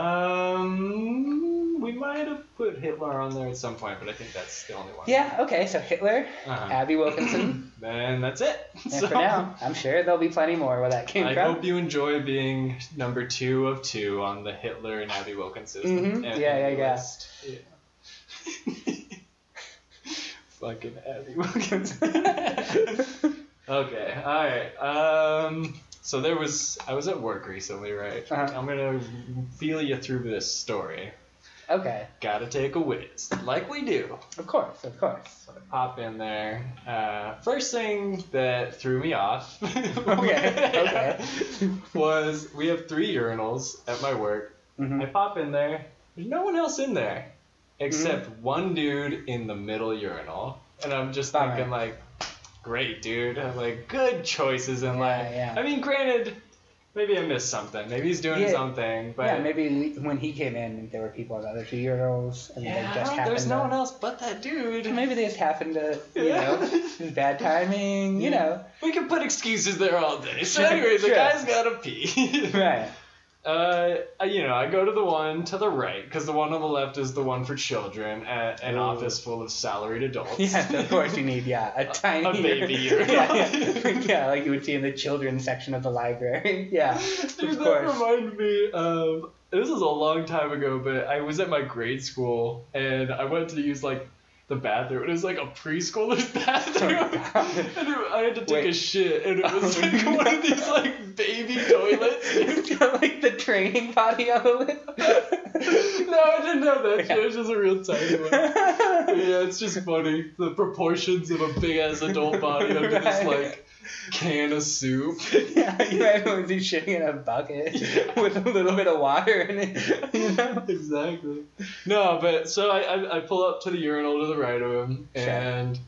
Speaker 2: Um, we might have put Hitler on there at some point, but I think that's the only one.
Speaker 1: yeah. Okay. So Hitler,
Speaker 2: Uh-huh.
Speaker 1: Abby Wilkinson,
Speaker 2: Then that's it.
Speaker 1: and for now, I'm sure there'll be plenty more where that came
Speaker 2: I
Speaker 1: from.
Speaker 2: hope you enjoy being number two of two on the Hitler and Abby Wilkinson.
Speaker 1: Mhm.
Speaker 2: and-
Speaker 1: Yeah, yeah, yeah.
Speaker 2: list. Yeah. Fucking Abby Wilkinson. okay, all right. Um, So there was I was at work recently, right?
Speaker 1: Uh-huh.
Speaker 2: I'm gonna feel you through this story.
Speaker 1: Okay,
Speaker 2: Gotta take a whiz, like we do.
Speaker 1: of course, of course.
Speaker 2: Hop in there. Uh, first thing that threw me off
Speaker 1: okay.
Speaker 2: was we have three urinals at my work.
Speaker 1: Mhm.
Speaker 2: I pop in there. There's no one else in there except
Speaker 1: Mm-hmm.
Speaker 2: one dude in the middle urinal. And I'm just
Speaker 1: Bummer.
Speaker 2: thinking, like, great, dude. I'm like, good choices in
Speaker 1: Yeah,
Speaker 2: life.
Speaker 1: yeah.
Speaker 2: I mean, granted, maybe I missed something. Maybe he's doing
Speaker 1: Yeah.
Speaker 2: something. But
Speaker 1: yeah, maybe when he came in, there were people at other two urinals, and
Speaker 2: Yeah,
Speaker 1: they just happened.
Speaker 2: there's no
Speaker 1: to-
Speaker 2: one else but that dude.
Speaker 1: Maybe they just happened to, you
Speaker 2: Yeah.
Speaker 1: know, it was bad timing, you know.
Speaker 2: We can put excuses there all day. So
Speaker 1: Sure,
Speaker 2: anyway, the
Speaker 1: sure.
Speaker 2: guy's gotta pee.
Speaker 1: Right.
Speaker 2: Uh, you know, I go to the one to the right because the one on the left is the one for children at an
Speaker 1: Ooh.
Speaker 2: office full of salaried adults.
Speaker 1: Yes, of course you need, yeah, a tiny
Speaker 2: baby urinal.
Speaker 1: yeah, yeah. yeah, like you would see in the children's section of the library. Yeah.
Speaker 2: Dude,
Speaker 1: Of
Speaker 2: that
Speaker 1: course.
Speaker 2: reminded me of this is a long time ago, but I was at my grade school and I went to use like the bathroom. It was like a preschooler's bathroom,
Speaker 1: Oh, God.
Speaker 2: and it, I had to take a
Speaker 1: Wait.
Speaker 2: shit, and it was
Speaker 1: Oh,
Speaker 2: like
Speaker 1: no.
Speaker 2: one of these like baby toilets.
Speaker 1: like the training potty on the lid.
Speaker 2: no, I didn't know that.
Speaker 1: Yeah.
Speaker 2: It was just a real tiny one. yeah, it's just funny. The proportions of a big ass adult body under this
Speaker 1: Right.
Speaker 2: like can of soup.
Speaker 1: yeah, you might want to shitting in a bucket with a little bit of water in it. You know?
Speaker 2: exactly. No, but so I, I I pull up to the urinal to the right of him
Speaker 1: Sure.
Speaker 2: and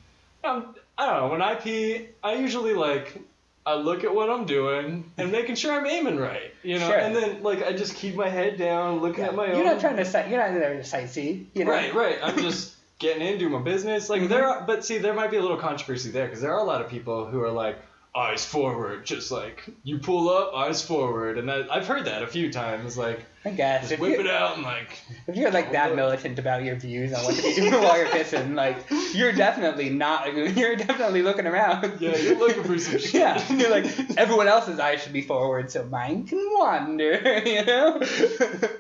Speaker 2: um, I don't know, when I pee, I usually like I look at what I'm doing and making sure I'm aiming right, you know.
Speaker 1: Mm-hmm. Sure.
Speaker 2: And then like I just keep my head down, looking at my
Speaker 1: you're
Speaker 2: own
Speaker 1: not trying to sight. You're not in there to sightsee. You know? Mm-hmm.
Speaker 2: Right, right. I'm just getting into my business. Like there, are, but see, there might be a little controversy there because there are a lot of people who are like eyes forward, just like you pull up, eyes forward, and that, I've heard that a few times. Like
Speaker 1: I guess.
Speaker 2: just
Speaker 1: If, you,
Speaker 2: whip it out and like
Speaker 1: if you're like that militant about your views on what to be doing while you're pissing, like you're definitely not. You're definitely looking around.
Speaker 2: yeah, you're looking for some shit.
Speaker 1: Yeah, you're like everyone else's eyes should be forward, so mine can wander. You know.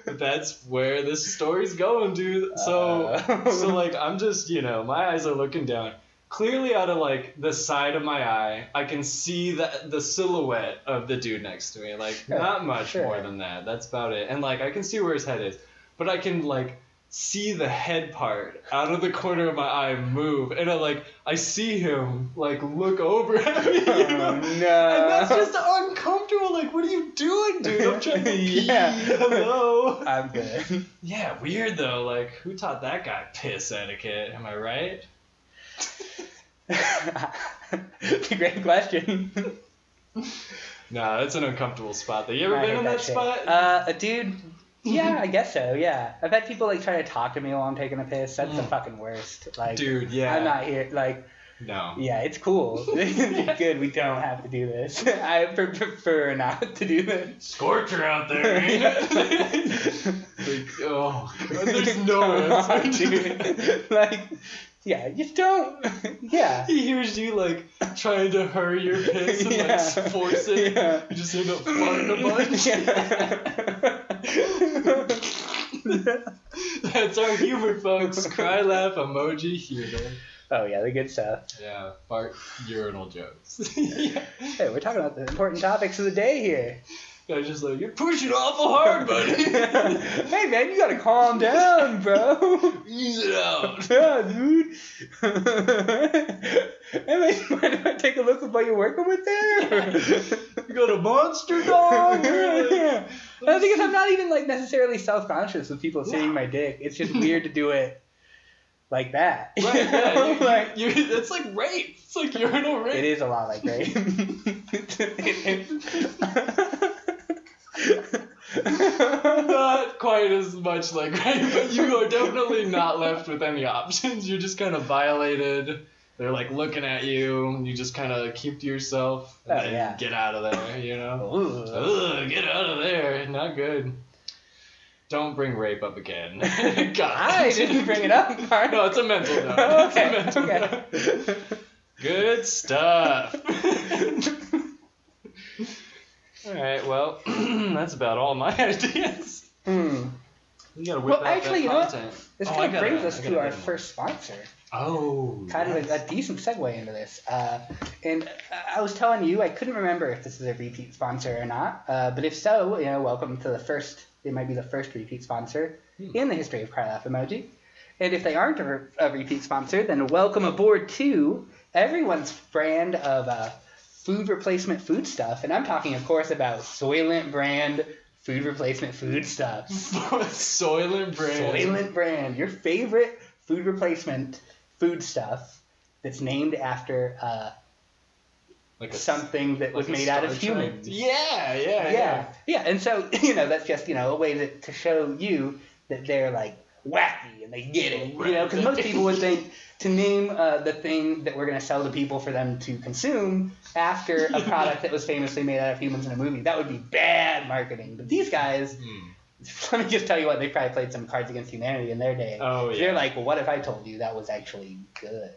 Speaker 2: But that's where this story's going, dude. So,
Speaker 1: Uh.
Speaker 2: so like, I'm just, you know, my eyes are looking down. Clearly, out of like the side of my eye, I can see the the silhouette of the dude next to me. Like,
Speaker 1: Sure,
Speaker 2: not much
Speaker 1: sure.
Speaker 2: more than that. That's about it. And like, I can see where his head is, but I can like see the head part out of the corner of my eye move, and I like, I see him like look over at me. you know?
Speaker 1: Oh,
Speaker 2: And that's
Speaker 1: no.
Speaker 2: just uncomfortable. Like, what are you doing, dude? I'm trying to pee.
Speaker 1: Yeah.
Speaker 2: Hello.
Speaker 1: I'm good.
Speaker 2: Yeah, weird though. Like, who taught that guy piss etiquette? Am I right?
Speaker 1: it's a great question.
Speaker 2: Nah, that's an uncomfortable spot. Though. You ever
Speaker 1: I
Speaker 2: been
Speaker 1: hate
Speaker 2: in that,
Speaker 1: shit.
Speaker 2: spot?
Speaker 1: Uh, a dude. Yeah, I guess so. Yeah, I've had people like try to talk to me while I'm taking a piss. That's the
Speaker 2: Mm.
Speaker 1: fucking worst. Like,
Speaker 2: Dude, yeah.
Speaker 1: I'm not here. Like,
Speaker 2: No.
Speaker 1: yeah, it's cool. it's good. We don't have to do this. I pre- prefer not to do this.
Speaker 2: Scorcher out there. ain't it?
Speaker 1: Yeah.
Speaker 2: like, oh, God, there's no
Speaker 1: Come on,
Speaker 2: answer.
Speaker 1: dude. like, yeah, just don't. Yeah.
Speaker 2: He hears you like trying to hurry your piss and
Speaker 1: Yeah.
Speaker 2: like force it.
Speaker 1: Yeah.
Speaker 2: You just end up farting a bunch. That's our humor, folks. Cry, laugh, emoji, humor.
Speaker 1: oh yeah, the good stuff.
Speaker 2: Yeah, fart urinal jokes.
Speaker 1: Hey, we're talking about the important topics of the day here.
Speaker 2: I was just like, you're pushing awful hard, buddy.
Speaker 1: hey man, you gotta calm down, bro.
Speaker 2: Ease it out.
Speaker 1: yeah, dude. hey man, you might not take a look at what you're working with there.
Speaker 2: You got a monster dog.
Speaker 1: yeah. And the thing is, I'm not even like necessarily self-conscious with people seeing my dick. It's just weird to do it like that. You
Speaker 2: Right, yeah,
Speaker 1: know?
Speaker 2: you,
Speaker 1: like,
Speaker 2: you, you, it's like rape. It's like urinal rape.
Speaker 1: It is a lot like rape.
Speaker 2: Not quite as much like rape, but you are definitely not left with any options. You're just kind of violated. They're like looking at you. You just kind of keep to yourself and
Speaker 1: Oh,
Speaker 2: then
Speaker 1: yeah.
Speaker 2: get out of there, you know?
Speaker 1: Ooh.
Speaker 2: Ugh, get out of there. Not good. Don't bring rape up again. God.
Speaker 1: I didn't bring it up, Mark. Oh,
Speaker 2: No, it's a mental note. It's a
Speaker 1: okay,
Speaker 2: mental note.
Speaker 1: okay.
Speaker 2: Good stuff. all right, well, that's about all my ideas.
Speaker 1: Hmm.
Speaker 2: You gotta whip
Speaker 1: Well,
Speaker 2: out
Speaker 1: actually, you
Speaker 2: that
Speaker 1: know what?
Speaker 2: content.
Speaker 1: This
Speaker 2: Oh, I
Speaker 1: kind of
Speaker 2: gotta-
Speaker 1: brings us
Speaker 2: I
Speaker 1: to
Speaker 2: gotta
Speaker 1: our
Speaker 2: get him.
Speaker 1: first sponsor.
Speaker 2: Oh.
Speaker 1: Kind of a,
Speaker 2: yes.
Speaker 1: a decent segue into this. Uh, and I was telling you, I couldn't remember if this is a repeat sponsor or not. Uh, but if so, you know, welcome to the first. It might be the first repeat sponsor
Speaker 2: Hmm.
Speaker 1: in the history of Cry Laugh Emoji. And if they aren't a, re- a repeat sponsor, then welcome aboard to everyone's brand of uh, food replacement food stuff. And I'm talking, of course, about Soylent brand food replacement food stuffs.
Speaker 2: Soylent Brand.
Speaker 1: Soylent brand, your favorite food replacement food stuff that's named after uh,
Speaker 2: Like a,
Speaker 1: something that was
Speaker 2: like a
Speaker 1: made out of
Speaker 2: Star Trek.
Speaker 1: humans.
Speaker 2: Yeah, yeah,
Speaker 1: yeah,
Speaker 2: yeah.
Speaker 1: yeah. And so you know that's just you know a way to, to show you that they're like wacky and they get it. You know, because most people would think to name uh, the thing that we're gonna sell to people for them to consume after a product that was famously made out of humans in a movie that would be bad marketing. But these guys,
Speaker 2: Hmm.
Speaker 1: let me just tell you what, they probably played some Cards Against Humanity in their day.
Speaker 2: Oh, yeah.
Speaker 1: They're like, well, what if I told you that was actually good?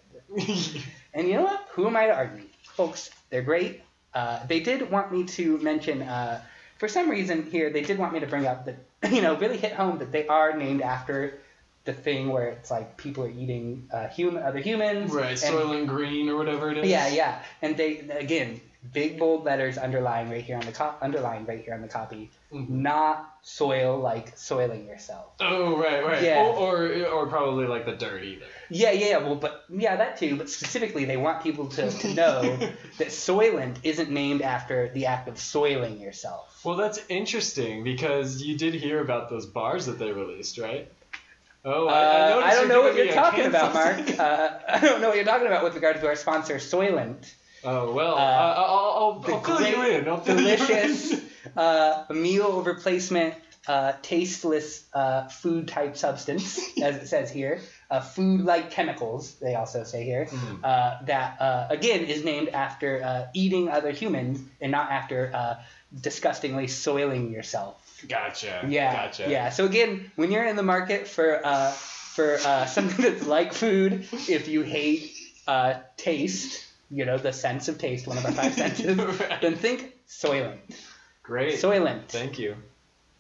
Speaker 1: And you know what? Who am I to argue? Folks, they're great. Uh, they did want me to mention, uh, for some reason here, they did want me to bring up that, you know, really hit home that they are named after the thing where it's like people are eating uh, human, other humans.
Speaker 2: right,
Speaker 1: and-
Speaker 2: Soylent Green or whatever it is.
Speaker 1: yeah, yeah. And they again, big bold letters underlying right here on the co- underlined right here on the copy.
Speaker 2: Mhm.
Speaker 1: Not soil like soiling yourself.
Speaker 2: Oh, right, right.
Speaker 1: Yeah.
Speaker 2: Or, or, or probably like the dirt either.
Speaker 1: Yeah, yeah, yeah, well, but yeah, that too. But specifically, they want people to, to know that Soylent isn't named after the act of soiling yourself.
Speaker 2: Well, that's interesting because you did hear about those bars that they released, right? Oh,
Speaker 1: Uh,
Speaker 2: I, I, noticed
Speaker 1: I don't
Speaker 2: you're
Speaker 1: know what
Speaker 2: giving
Speaker 1: you're
Speaker 2: me a
Speaker 1: talking about,
Speaker 2: Kansas-
Speaker 1: Mark. Uh, I don't know what you're talking about with regard to our sponsor, Soylent.
Speaker 2: Oh well,
Speaker 1: Uh,
Speaker 2: I I'll, I'll,
Speaker 1: the
Speaker 2: I'll fill you
Speaker 1: great,
Speaker 2: in. I'll fill you in.
Speaker 1: delicious uh, meal replacement, uh, tasteless uh, food type substance, as it says here. Uh, food like chemicals, they also say here,
Speaker 2: Mm.
Speaker 1: uh, that uh, again is named after uh, eating other humans and not after uh, disgustingly soiling yourself.
Speaker 2: Gotcha.
Speaker 1: Yeah.
Speaker 2: Gotcha.
Speaker 1: Yeah. So again, when you're in the market for uh, for uh, something that's like food, if you hate uh, taste, you know the sense of taste, one of our five senses,
Speaker 2: Right.
Speaker 1: then think Soylent.
Speaker 2: Great.
Speaker 1: Soylent.
Speaker 2: Thank you.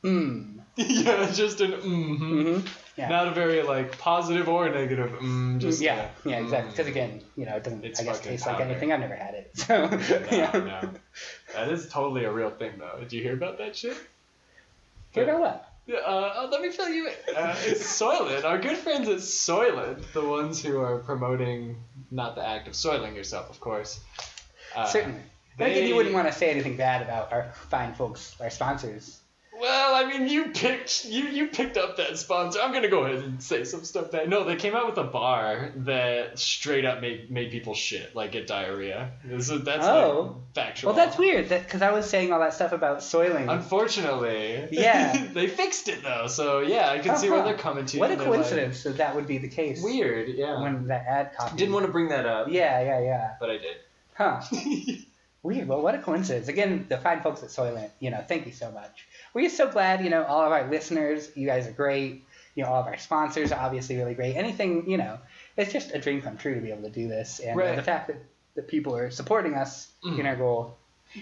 Speaker 1: Mmm.
Speaker 2: yeah, just an mm-hmm.
Speaker 1: Mm-hmm. Yeah.
Speaker 2: Not a very like positive or negative. Mm, just
Speaker 1: yeah.
Speaker 2: a,
Speaker 1: Yeah. Exactly. Because
Speaker 2: mm.
Speaker 1: again, you know, it doesn't.
Speaker 2: It's
Speaker 1: I guess
Speaker 2: fucking
Speaker 1: taste like
Speaker 2: powder.
Speaker 1: anything. I've never had it. So.
Speaker 2: No,
Speaker 1: yeah.
Speaker 2: no. That is totally a real thing, though. Did you hear about that shit?
Speaker 1: Here we go, what?
Speaker 2: Yeah, Uh, oh, let me fill you in. Uh, it's Soylent. Our good friends at Soylent, the ones who are promoting not the act of soiling yourself, of course. Uh,
Speaker 1: Certainly. I think you wouldn't want to say anything bad about our fine folks, our sponsors.
Speaker 2: Well, I mean, you picked you you picked up that sponsor. I'm gonna go ahead and say some stuff that no, they came out with a bar that straight up made made people shit, like get diarrhea. This is that's
Speaker 1: Oh.
Speaker 2: like, factual.
Speaker 1: Well, that's weird. That because I was saying all that stuff about soiling.
Speaker 2: Unfortunately,
Speaker 1: Yeah.
Speaker 2: they fixed it though. So yeah, I can see where
Speaker 1: Uh-huh.
Speaker 2: they're coming to.
Speaker 1: What a
Speaker 2: and they're like,
Speaker 1: coincidence that that would be the case.
Speaker 2: weird, yeah.
Speaker 1: When that ad copy.
Speaker 2: Didn't want to bring that up,
Speaker 1: Yeah, yeah, yeah.
Speaker 2: but I did.
Speaker 1: Huh. Weird. Well, what a coincidence. Again, the fine folks at Soylent, you know, thank you so much. We're just so glad, you know, all of our listeners, you guys are great. You know, all of our sponsors are obviously really great. Anything, you know, it's just a dream come true to be able to do this. And uh,
Speaker 2: Right.
Speaker 1: the fact that, that people are supporting us in
Speaker 2: Mhm.
Speaker 1: our goal.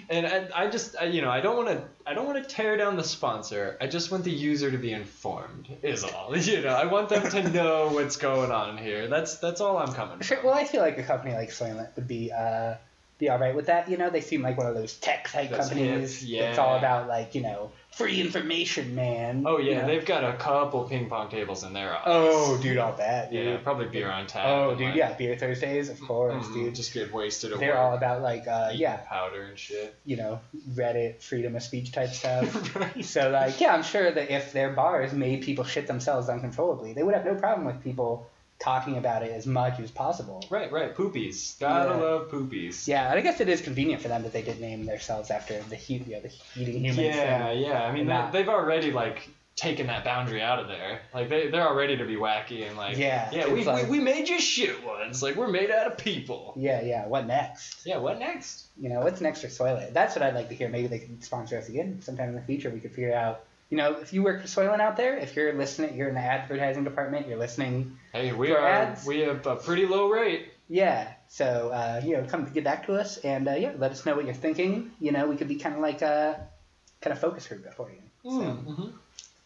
Speaker 2: and I, I just I, you know I don't want to I don't want to tear down the sponsor. I just want the user to be informed is all. You know I want them to know what's going on here. That's that's all I'm coming.
Speaker 1: Sure,
Speaker 2: from.
Speaker 1: well, I feel like a company like Soylent would be uh, be all right with that. You know, they seem like one of those tech type
Speaker 2: That's
Speaker 1: companies.
Speaker 2: hip,
Speaker 1: It's all
Speaker 2: yeah.
Speaker 1: about like you know free information, man.
Speaker 2: Oh
Speaker 1: you
Speaker 2: yeah,
Speaker 1: know?
Speaker 2: they've got a couple ping pong tables in their office.
Speaker 1: Oh, dude, all that. Dude.
Speaker 2: yeah, probably beer on tap.
Speaker 1: Oh,
Speaker 2: and,
Speaker 1: dude,
Speaker 2: like,
Speaker 1: yeah, beer Thursdays, of course,
Speaker 2: mm,
Speaker 1: dude.
Speaker 2: Just get wasted. at
Speaker 1: They're
Speaker 2: work,
Speaker 1: all about like, uh,
Speaker 2: eating
Speaker 1: yeah,
Speaker 2: powder and shit.
Speaker 1: you know, Reddit freedom of speech type stuff. so like, yeah, I'm sure that if their bars made people shit themselves uncontrollably, they would have no problem with people talking about it as much as possible.
Speaker 2: right, right. Poopies. Gotta
Speaker 1: Yeah.
Speaker 2: love poopies.
Speaker 1: Yeah, and I guess it is convenient for them that they did name themselves after the he- you know, the eating humans.
Speaker 2: Yeah,
Speaker 1: thing.
Speaker 2: yeah. I mean,
Speaker 1: And
Speaker 2: that,
Speaker 1: not-
Speaker 2: they've already like taken that boundary out of there. Like they they're all ready to be wacky and like
Speaker 1: Yeah,
Speaker 2: yeah. We,
Speaker 1: it's like-
Speaker 2: we, we made you shit once. Like we're made out of people.
Speaker 1: yeah, yeah. What next?
Speaker 2: Yeah. What next?
Speaker 1: You know, what's next for Soylent? That's what I'd like to hear. Maybe they can sponsor us again sometime in the future. We could figure out. You know, if you work for Soylent out there, if you're listening, you're in the advertising department, you're listening
Speaker 2: Hey, we
Speaker 1: For
Speaker 2: are
Speaker 1: ads?
Speaker 2: we have a pretty low rate.
Speaker 1: Yeah. So uh, you know, come get back to us and uh, yeah, let us know what uh, Hmm. you're thinking. You know, we could be kind of like a kind of focus group for you. So
Speaker 2: Mm, mhm.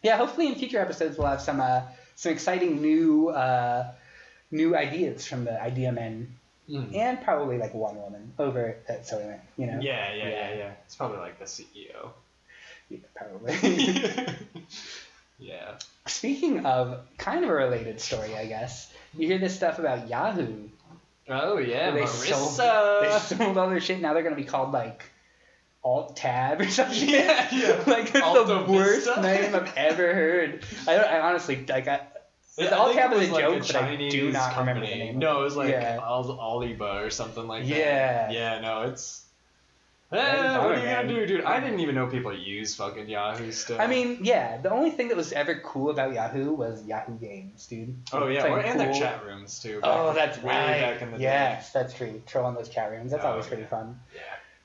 Speaker 1: yeah, hopefully in future episodes we'll have some uh, some exciting new uh, new ideas from the idea men
Speaker 2: Mm.
Speaker 1: and probably like one woman over at Soylent. You know,
Speaker 2: Yeah, yeah,
Speaker 1: Yeah.
Speaker 2: yeah, yeah. It's probably like the E CEO.
Speaker 1: Yeah, probably.
Speaker 2: yeah.
Speaker 1: Speaking of kind of a related story, I guess you hear this stuff about Yahoo.
Speaker 2: Oh yeah,
Speaker 1: They sold- They
Speaker 2: Marissa.
Speaker 1: sold all their shit. Now they're gonna be called like Alt Tab or something.
Speaker 2: Yeah, yeah.
Speaker 1: like that's
Speaker 2: Alta
Speaker 1: the worst
Speaker 2: Vista.
Speaker 1: name I've ever heard. I, don't, I honestly like I,
Speaker 2: I
Speaker 1: the alt
Speaker 2: think
Speaker 1: tab
Speaker 2: it
Speaker 1: is a
Speaker 2: like
Speaker 1: joke, but I do
Speaker 2: Chinese
Speaker 1: not remember the
Speaker 2: company.
Speaker 1: name of
Speaker 2: No, it was like
Speaker 1: Yeah.
Speaker 2: Al- Oliba or something like
Speaker 1: Yeah.
Speaker 2: that. Yeah, no, it's. Eh,
Speaker 1: That is
Speaker 2: what
Speaker 1: hard,
Speaker 2: are you
Speaker 1: man.
Speaker 2: gonna do, dude? I didn't even know people use fucking Yahoo stuff.
Speaker 1: I mean, yeah. The only thing that was ever cool about Yahoo was Yahoo Games, dude.
Speaker 2: oh yeah,
Speaker 1: Playing
Speaker 2: or, and their
Speaker 1: pool.
Speaker 2: chat rooms too. back-
Speaker 1: Oh, that's
Speaker 2: way
Speaker 1: right.
Speaker 2: back in the day.
Speaker 1: yes, that's true. Trolling those chat rooms. That's
Speaker 2: Oh,
Speaker 1: always pretty
Speaker 2: yeah.
Speaker 1: fun.
Speaker 2: Yeah.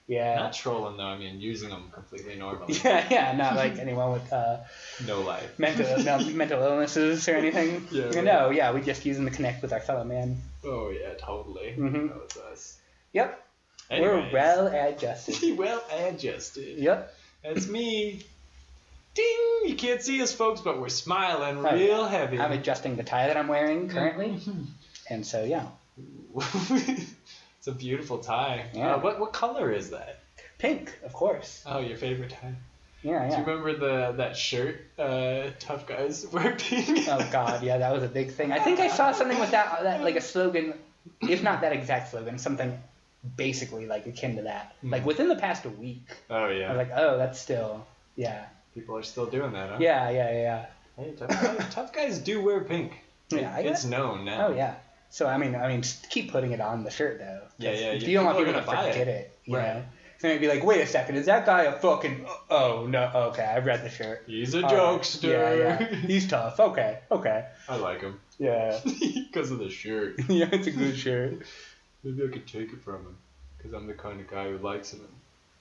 Speaker 1: Yeah.
Speaker 2: Not trolling though. I mean, using them completely normally.
Speaker 1: Yeah, yeah, not like anyone with uh,
Speaker 2: No life.
Speaker 1: mental no, mental illnesses or anything.
Speaker 2: Yeah,
Speaker 1: no, yeah, we just use them to connect with our fellow man.
Speaker 2: Oh yeah, totally.
Speaker 1: Mhm.
Speaker 2: That was us.
Speaker 1: Yep,
Speaker 2: Anyways.
Speaker 1: we're well adjusted.
Speaker 2: well adjusted.
Speaker 1: yep.
Speaker 2: That's me. Ding! You can't see us, folks, but we're smiling
Speaker 1: Oh,
Speaker 2: real heavy.
Speaker 1: I'm adjusting the tie that I'm wearing currently, and so yeah,
Speaker 2: it's a beautiful tie.
Speaker 1: Yeah.
Speaker 2: Uh, what what color is that?
Speaker 1: pink, of course.
Speaker 2: Oh, your favorite tie.
Speaker 1: Yeah,
Speaker 2: Do you
Speaker 1: yeah.
Speaker 2: remember the that shirt uh, tough guys working?
Speaker 1: Oh God, yeah, that was a big thing. I think I saw something with that, that like a slogan, if not that exact slogan, something basically like akin to that. Like
Speaker 2: Mhm.
Speaker 1: within the past week,
Speaker 2: Oh
Speaker 1: I was
Speaker 2: yeah.
Speaker 1: like, oh, that's still, yeah,
Speaker 2: People are still doing that, huh?
Speaker 1: yeah, yeah, yeah,
Speaker 2: Hey, tough guys, tough guys do wear pink.
Speaker 1: yeah. yeah I
Speaker 2: it's
Speaker 1: guess.
Speaker 2: known now.
Speaker 1: Oh yeah. So I mean, I mean, just keep putting it on the shirt though. 'cause
Speaker 2: Yeah, yeah,
Speaker 1: If
Speaker 2: yeah.
Speaker 1: you don't want
Speaker 2: People
Speaker 1: people
Speaker 2: are
Speaker 1: to
Speaker 2: gonna buy
Speaker 1: forget it,
Speaker 2: it.
Speaker 1: you
Speaker 2: Right.
Speaker 1: know, so they'd be like, wait a second, is that guy a fucking? Oh no, okay, I've read the shirt.
Speaker 2: He's a
Speaker 1: All right.
Speaker 2: jokester.
Speaker 1: Yeah, yeah. He's tough. Okay, okay.
Speaker 2: I like him
Speaker 1: Yeah,
Speaker 2: because of the shirt.
Speaker 1: yeah, it's a good shirt.
Speaker 2: Maybe I could take it from him because I'm the kind of guy who likes him and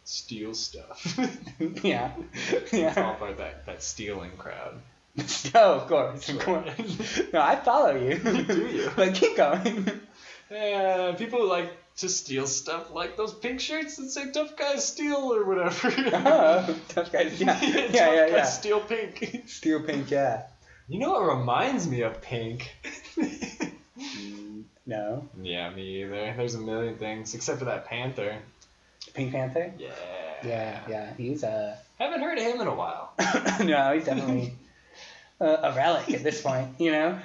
Speaker 2: steals stuff.
Speaker 1: yeah,
Speaker 2: It's all
Speaker 1: yeah.
Speaker 2: part of that, that stealing crowd.
Speaker 1: No, of course, of course. No, I follow you.
Speaker 2: Do you?
Speaker 1: but keep going.
Speaker 2: Yeah, people who like to steal stuff like those pink shirts that say tough guys steal or whatever. Uh-huh.
Speaker 1: Oh, tough guys. Yeah,
Speaker 2: Tough
Speaker 1: yeah, yeah,
Speaker 2: guys
Speaker 1: yeah.
Speaker 2: steal pink.
Speaker 1: Steel pink. Yeah.
Speaker 2: You know what reminds me of pink? Mm.
Speaker 1: No,
Speaker 2: yeah, me either. There's a million things except for that panther.
Speaker 1: Pink Panther.
Speaker 2: Yeah.
Speaker 1: Yeah, yeah. He's a.
Speaker 2: Haven't heard of him in a while.
Speaker 1: no, he's definitely a, a relic at this point. You know.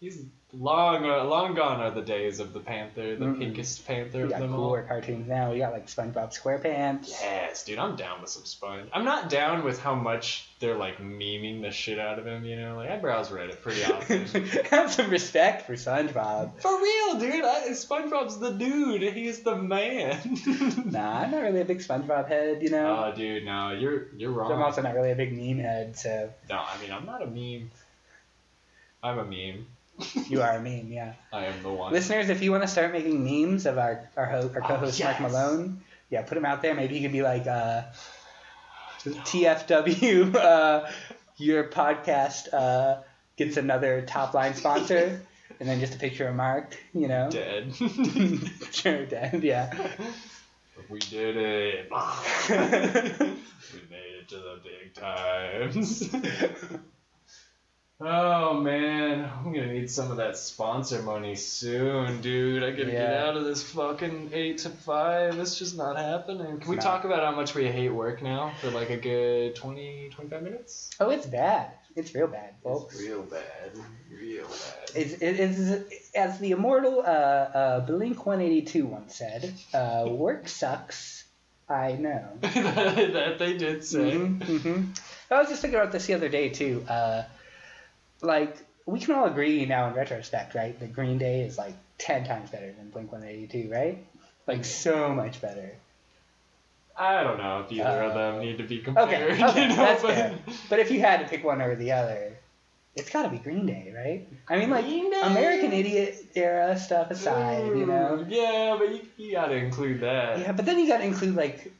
Speaker 2: He's long, uh, long gone are the days of the panther, the
Speaker 1: Mm-mm.
Speaker 2: pinkest panther
Speaker 1: We
Speaker 2: of
Speaker 1: got
Speaker 2: them all.
Speaker 1: cooler cartoons now. We got like SpongeBob SquarePants.
Speaker 2: Yes, dude, I'm down with some Sponge. I'm not down with how much they're like memeing the shit out of him, you know? Like, I browse Reddit pretty often.
Speaker 1: Have some respect for SpongeBob.
Speaker 2: For real, dude, I, SpongeBob's the dude. He's the man.
Speaker 1: Nah, I'm not really a big SpongeBob head, you know.
Speaker 2: Oh, dude, no, you're you're
Speaker 1: But I'm
Speaker 2: wrong.
Speaker 1: also not really a big meme head, so
Speaker 2: No, I mean, I'm not a meme. I'm a meme.
Speaker 1: you are a meme, yeah.
Speaker 2: I am the one.
Speaker 1: Listeners, if you want to start making memes of our our, ho- our
Speaker 2: Oh,
Speaker 1: co-host
Speaker 2: yes.
Speaker 1: Mark Malone, yeah, put him out there. Maybe he could be like uh, TFW. Uh, your podcast uh, gets another top line sponsor, and then just a picture of Mark. You know,
Speaker 2: Dead.
Speaker 1: sure, dead, yeah.
Speaker 2: we did it. we
Speaker 1: yeah,
Speaker 2: made it to the big times. oh man, I'm gonna need some of that sponsor money soon, dude. I gotta get
Speaker 1: Yeah.
Speaker 2: out of this fucking eight to five. It's just not happening. Can we
Speaker 1: Nah.
Speaker 2: talk about how much we hate work now for like a good 20, 25 minutes?
Speaker 1: Oh, it's bad. It's real bad, folks.
Speaker 2: It's real bad. Real bad.
Speaker 1: It's, it is, as the immortal uh, uh, Blink 182 once said, uh, work sucks. I know.
Speaker 2: that they did say.
Speaker 1: Mhm, mhm. I was just thinking about this the other day, too. Uh, like, we can all agree now in retrospect, right? That Green Day is like 10 times better than Blink 182, right? Like, so much better.
Speaker 2: I don't know if either
Speaker 1: Uh,
Speaker 2: of them need to be compared.
Speaker 1: Okay, okay,
Speaker 2: you know,
Speaker 1: that's
Speaker 2: but-
Speaker 1: fair. But if you had to pick one over the other, it's got to be Green Day, right? I mean, like
Speaker 2: Green Day?
Speaker 1: American Idiot era stuff aside, you know.
Speaker 2: Ooh, Yeah, but you, you gotta include that.
Speaker 1: Yeah, but then you got to include like,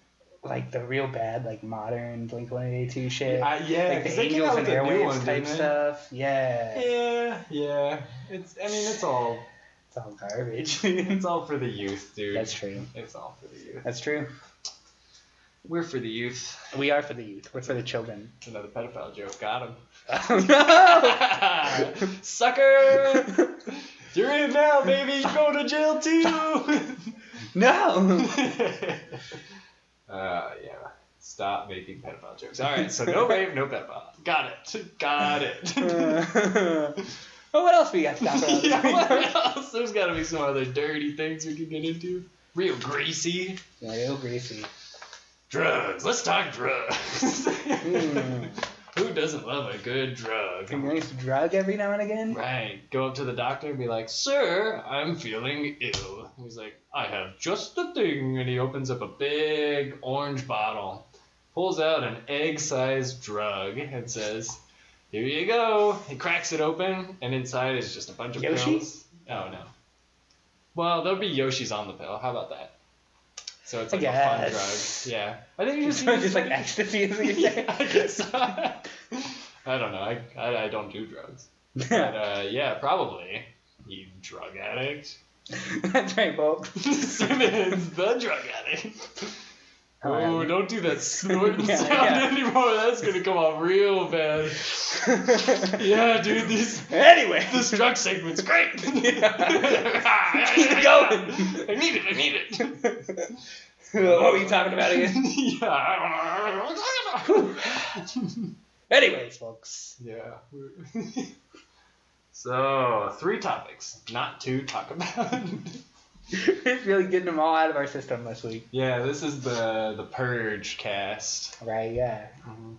Speaker 1: like the real bad, like modern Blink One Eighty Two shit,
Speaker 2: I, yeah,
Speaker 1: like
Speaker 2: 'cause
Speaker 1: the
Speaker 2: they came
Speaker 1: Angels
Speaker 2: out
Speaker 1: and
Speaker 2: with a new
Speaker 1: Airwaves
Speaker 2: one,
Speaker 1: type
Speaker 2: didn't
Speaker 1: stuff. Yeah,
Speaker 2: they? Yeah, yeah. It's I mean it's all
Speaker 1: it's all garbage.
Speaker 2: it's all for the youth, dude.
Speaker 1: That's true.
Speaker 2: It's all for the youth.
Speaker 1: That's true.
Speaker 2: We're for the youth.
Speaker 1: We are for the youth. We're for the children.
Speaker 2: It's another pedophile joke. Got him.
Speaker 1: no! Oh!
Speaker 2: Sucker! You're in now, baby. You're going to jail too.
Speaker 1: no!
Speaker 2: uh, yeah. Stop making pedophile jokes. All right, so no rape, no pedophile. Got it. Got it.
Speaker 1: Uh, well, what else we got to talk about?
Speaker 2: yeah, what else? There's got to be some other dirty things we could get into. Real greasy.
Speaker 1: Real greasy.
Speaker 2: Drugs. Let's talk drugs.
Speaker 1: Mm.
Speaker 2: Who doesn't love a good drug?
Speaker 1: A nice drug every now and again.
Speaker 2: Right. Go up to the doctor and be like, Sir, I'm feeling ill. He's like, I have just the thing. And he opens up a big orange bottle, pulls out an egg sized drug, and says, Here you go. He cracks it open, and inside is just a bunch of
Speaker 1: Yoshi?
Speaker 2: pills. Oh, no. Well, there'll be Yoshi's on the pill. How about that? So it's
Speaker 1: I
Speaker 2: like a fun
Speaker 1: guess.
Speaker 2: drug. Yeah. I think you just,
Speaker 1: So just like ecstasy is what you're saying?
Speaker 2: I guess so. I don't know. I, I, I don't do drugs. But, uh, yeah, probably. You drug addict.
Speaker 1: That's right, Bolt.
Speaker 2: Simmons, the drug addict. Oh,
Speaker 1: Um,
Speaker 2: don't do that snorting
Speaker 1: Yeah,
Speaker 2: sound
Speaker 1: yeah.
Speaker 2: anymore. That's gonna come off real bad. Yeah, dude, this
Speaker 1: anyway.
Speaker 2: this drug segment's great.
Speaker 1: Keep going.
Speaker 2: I need it. I need it.
Speaker 1: what were you talking about again?
Speaker 2: yeah, I don't know.
Speaker 1: Anyways, folks.
Speaker 2: Yeah. we're- so three topics, not to talk about.
Speaker 1: Just really getting them all out of our system this week.
Speaker 2: yeah, this is the the purge cast.
Speaker 1: Right, yeah. Um,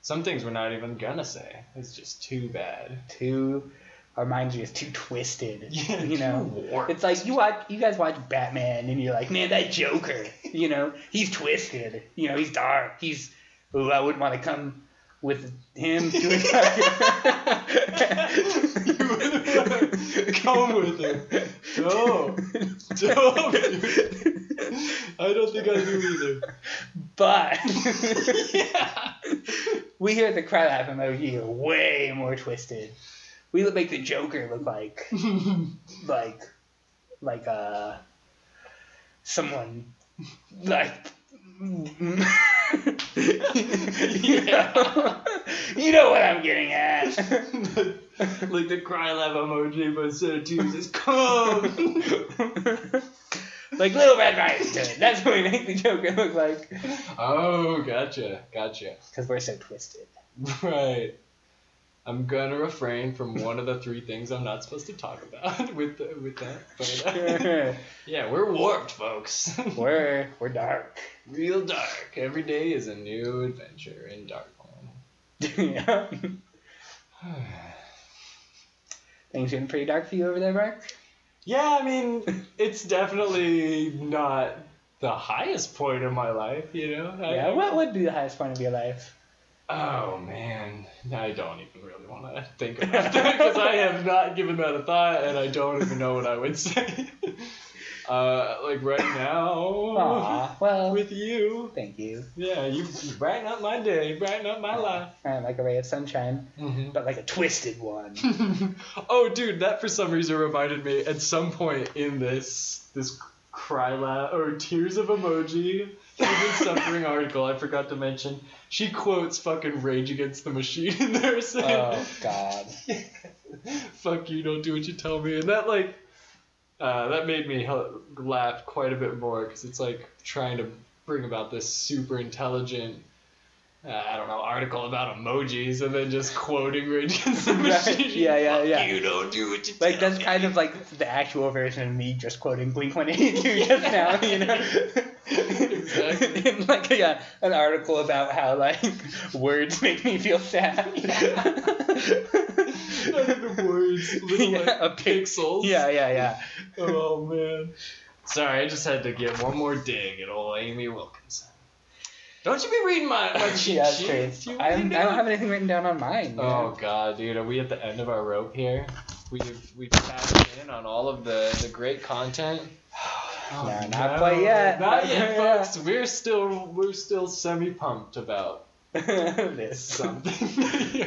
Speaker 2: Some things we're not even gonna say. It's just too bad.
Speaker 1: Too, our minds are just too twisted.
Speaker 2: Yeah,
Speaker 1: you know?
Speaker 2: too warped.
Speaker 1: It's like you watch, you guys watch Batman and you're like, man, that Joker, you know, he's twisted. You know, he's dark. He's, ooh, I wouldn't want to come with him to a
Speaker 2: Come with it. No. Don't. I don't think I do
Speaker 1: But
Speaker 2: either. yeah.
Speaker 1: we here at the Cry Laugh emoji are way more twisted. We look- make the Joker look like like like uh someone like you, know, you know what I'm getting at.
Speaker 2: like the cry lab emoji, but instead of Jesus, come.
Speaker 1: like Little Red Riding Hood. That's what we make the Joker look like.
Speaker 2: oh, gotcha, gotcha.
Speaker 1: Because we're so twisted.
Speaker 2: Right. I'm gonna refrain from one of the three things I'm not supposed to talk about with the, with that. But, uh, yeah, we're warped, folks.
Speaker 1: we're we're dark.
Speaker 2: Real dark. Every day is a new adventure in Darkland.
Speaker 1: yeah. Things getting pretty dark for you over there, Mark.
Speaker 2: yeah, I mean, it's definitely not the highest point of my life, you know. I-
Speaker 1: Yeah. What would be the highest point of your life?
Speaker 2: Oh man, I don't even really want to think about that because I have not given that a thought, and I don't even know what I would say. uh, like right now,
Speaker 1: Aw. Well.
Speaker 2: Oh, with you,
Speaker 1: Thank you.
Speaker 2: yeah, you you brighten up my day, you brighten up my life.
Speaker 1: Uh, like a ray of sunshine, but like a twisted one.
Speaker 2: oh, dude, that for some reason reminded me at some point in this this cry la or tears of emoji human suffering article I forgot to mention. She quotes fucking Rage Against the Machine in there saying,
Speaker 1: oh God. Oh.
Speaker 2: "Fuck you, don't do what you tell me," and that like. Uh, that made me hel- laugh quite a bit more because it's like trying to bring about this super intelligent, uh, I don't know, article about emojis and then just quoting Rage Against the
Speaker 1: Right,
Speaker 2: Machine.
Speaker 1: yeah, yeah,
Speaker 2: Fuck
Speaker 1: yeah.
Speaker 2: You don't do what you
Speaker 1: Like
Speaker 2: tell
Speaker 1: that's
Speaker 2: me.
Speaker 1: kind of like the actual version of me just quoting Blink One Eighty Two just now, you know.
Speaker 2: Exactly.
Speaker 1: In like yeah, an article about how like words make me feel sad.
Speaker 2: Not even words, little
Speaker 1: Yeah,
Speaker 2: like
Speaker 1: a pic-
Speaker 2: pixels.
Speaker 1: yeah, yeah, yeah.
Speaker 2: Oh man. Sorry, I just had to give one more dig at old Amy Wilkinson. Don't you be reading my, my cheat
Speaker 1: yeah, that's
Speaker 2: sheet.
Speaker 1: true.
Speaker 2: You
Speaker 1: I don't,
Speaker 2: reading
Speaker 1: I
Speaker 2: it?
Speaker 1: don't have anything written down on mine. you know?
Speaker 2: Oh god, dude, are we at the end of our rope here? We've we've tapped in on all of the, the great content. Oh,
Speaker 1: No, not quite yet.
Speaker 2: Not
Speaker 1: Not
Speaker 2: yet,
Speaker 1: quite yet.
Speaker 2: folks. We're still we're still semi pumped about
Speaker 1: this.
Speaker 2: something.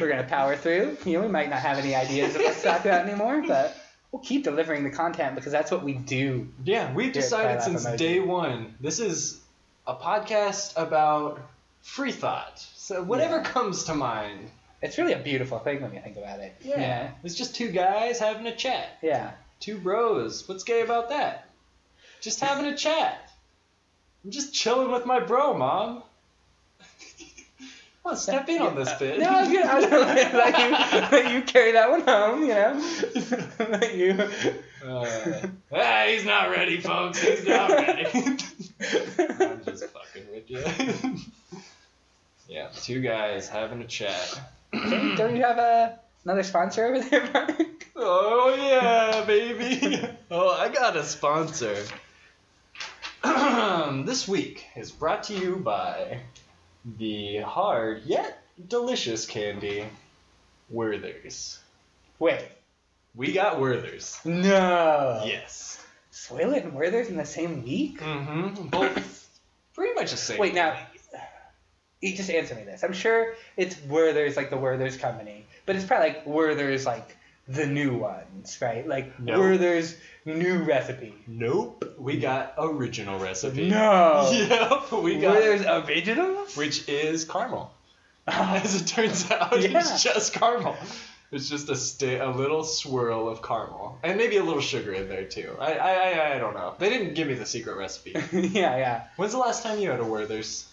Speaker 1: We're gonna power through. You know, we might not have any ideas of what to talk about anymore, but we'll keep delivering the content because that's what we do.
Speaker 2: Yeah, we've
Speaker 1: Yeah,
Speaker 2: decided
Speaker 1: cry laugh
Speaker 2: since
Speaker 1: emoji.
Speaker 2: day one. This is a podcast about free thought. So whatever
Speaker 1: Yeah.
Speaker 2: comes to mind.
Speaker 1: It's really a beautiful thing when you think about it. Yeah.
Speaker 2: It's just two guys having a chat.
Speaker 1: Yeah.
Speaker 2: Two bros. What's gay about that? Just having a chat. I'm just chilling with my bro, mom. well, step in on this
Speaker 1: Yeah.
Speaker 2: bit.
Speaker 1: No, I was gonna, I was gonna let, you, let you carry that one home, you know? Let you.
Speaker 2: Uh, ah, he's not ready, folks. He's not ready. I'm just fucking with you. yeah, two guys having a chat.
Speaker 1: Don't don't you have a, another sponsor over there, Mark?
Speaker 2: Oh yeah, baby. oh, I got a sponsor. this week is brought to you by the hard yet delicious candy Werthers.
Speaker 1: Wait.
Speaker 2: We got Werthers.
Speaker 1: No.
Speaker 2: Yes.
Speaker 1: Soylent and Werther's in the same week?
Speaker 2: Mm-hmm. Both pretty much the same.
Speaker 1: Wait, now. You just answer me this. I'm sure it's Werther's, like the Werther's company, but it's probably like Werther's, like the new ones, right? Like
Speaker 2: No.
Speaker 1: Werther's new recipe.
Speaker 2: Nope. We got original recipe.
Speaker 1: No.
Speaker 2: Yep. We got
Speaker 1: Werther's originals?
Speaker 2: which is caramel. As it turns out,
Speaker 1: Yeah.
Speaker 2: it's just caramel. It's just a sti- a little swirl of caramel, and maybe a little sugar in there too. I I, I, I don't know. They didn't give me the secret recipe.
Speaker 1: yeah, yeah.
Speaker 2: When's the last time you had a Werther's?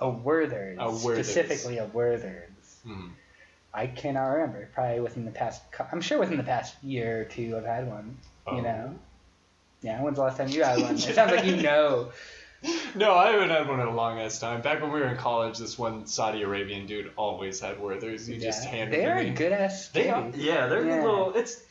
Speaker 1: A Werther's.
Speaker 2: A Werther's.
Speaker 1: Specifically a Werther's.
Speaker 2: Hmm.
Speaker 1: I cannot remember. Probably within the past, cou- I'm sure within the past year or two I've had one.
Speaker 2: Oh.
Speaker 1: You know? Yeah, when's the last time you had one? It sounds like you know.
Speaker 2: No, I haven't had one in a long ass time. Back when we were in college, this one Saudi Arabian dude always had Werther's. He just
Speaker 1: Yeah.
Speaker 2: handed
Speaker 1: They
Speaker 2: them
Speaker 1: are
Speaker 2: me.
Speaker 1: good ass
Speaker 2: They are,
Speaker 1: candies.
Speaker 2: yeah, they're
Speaker 1: Yeah.
Speaker 2: a little. It's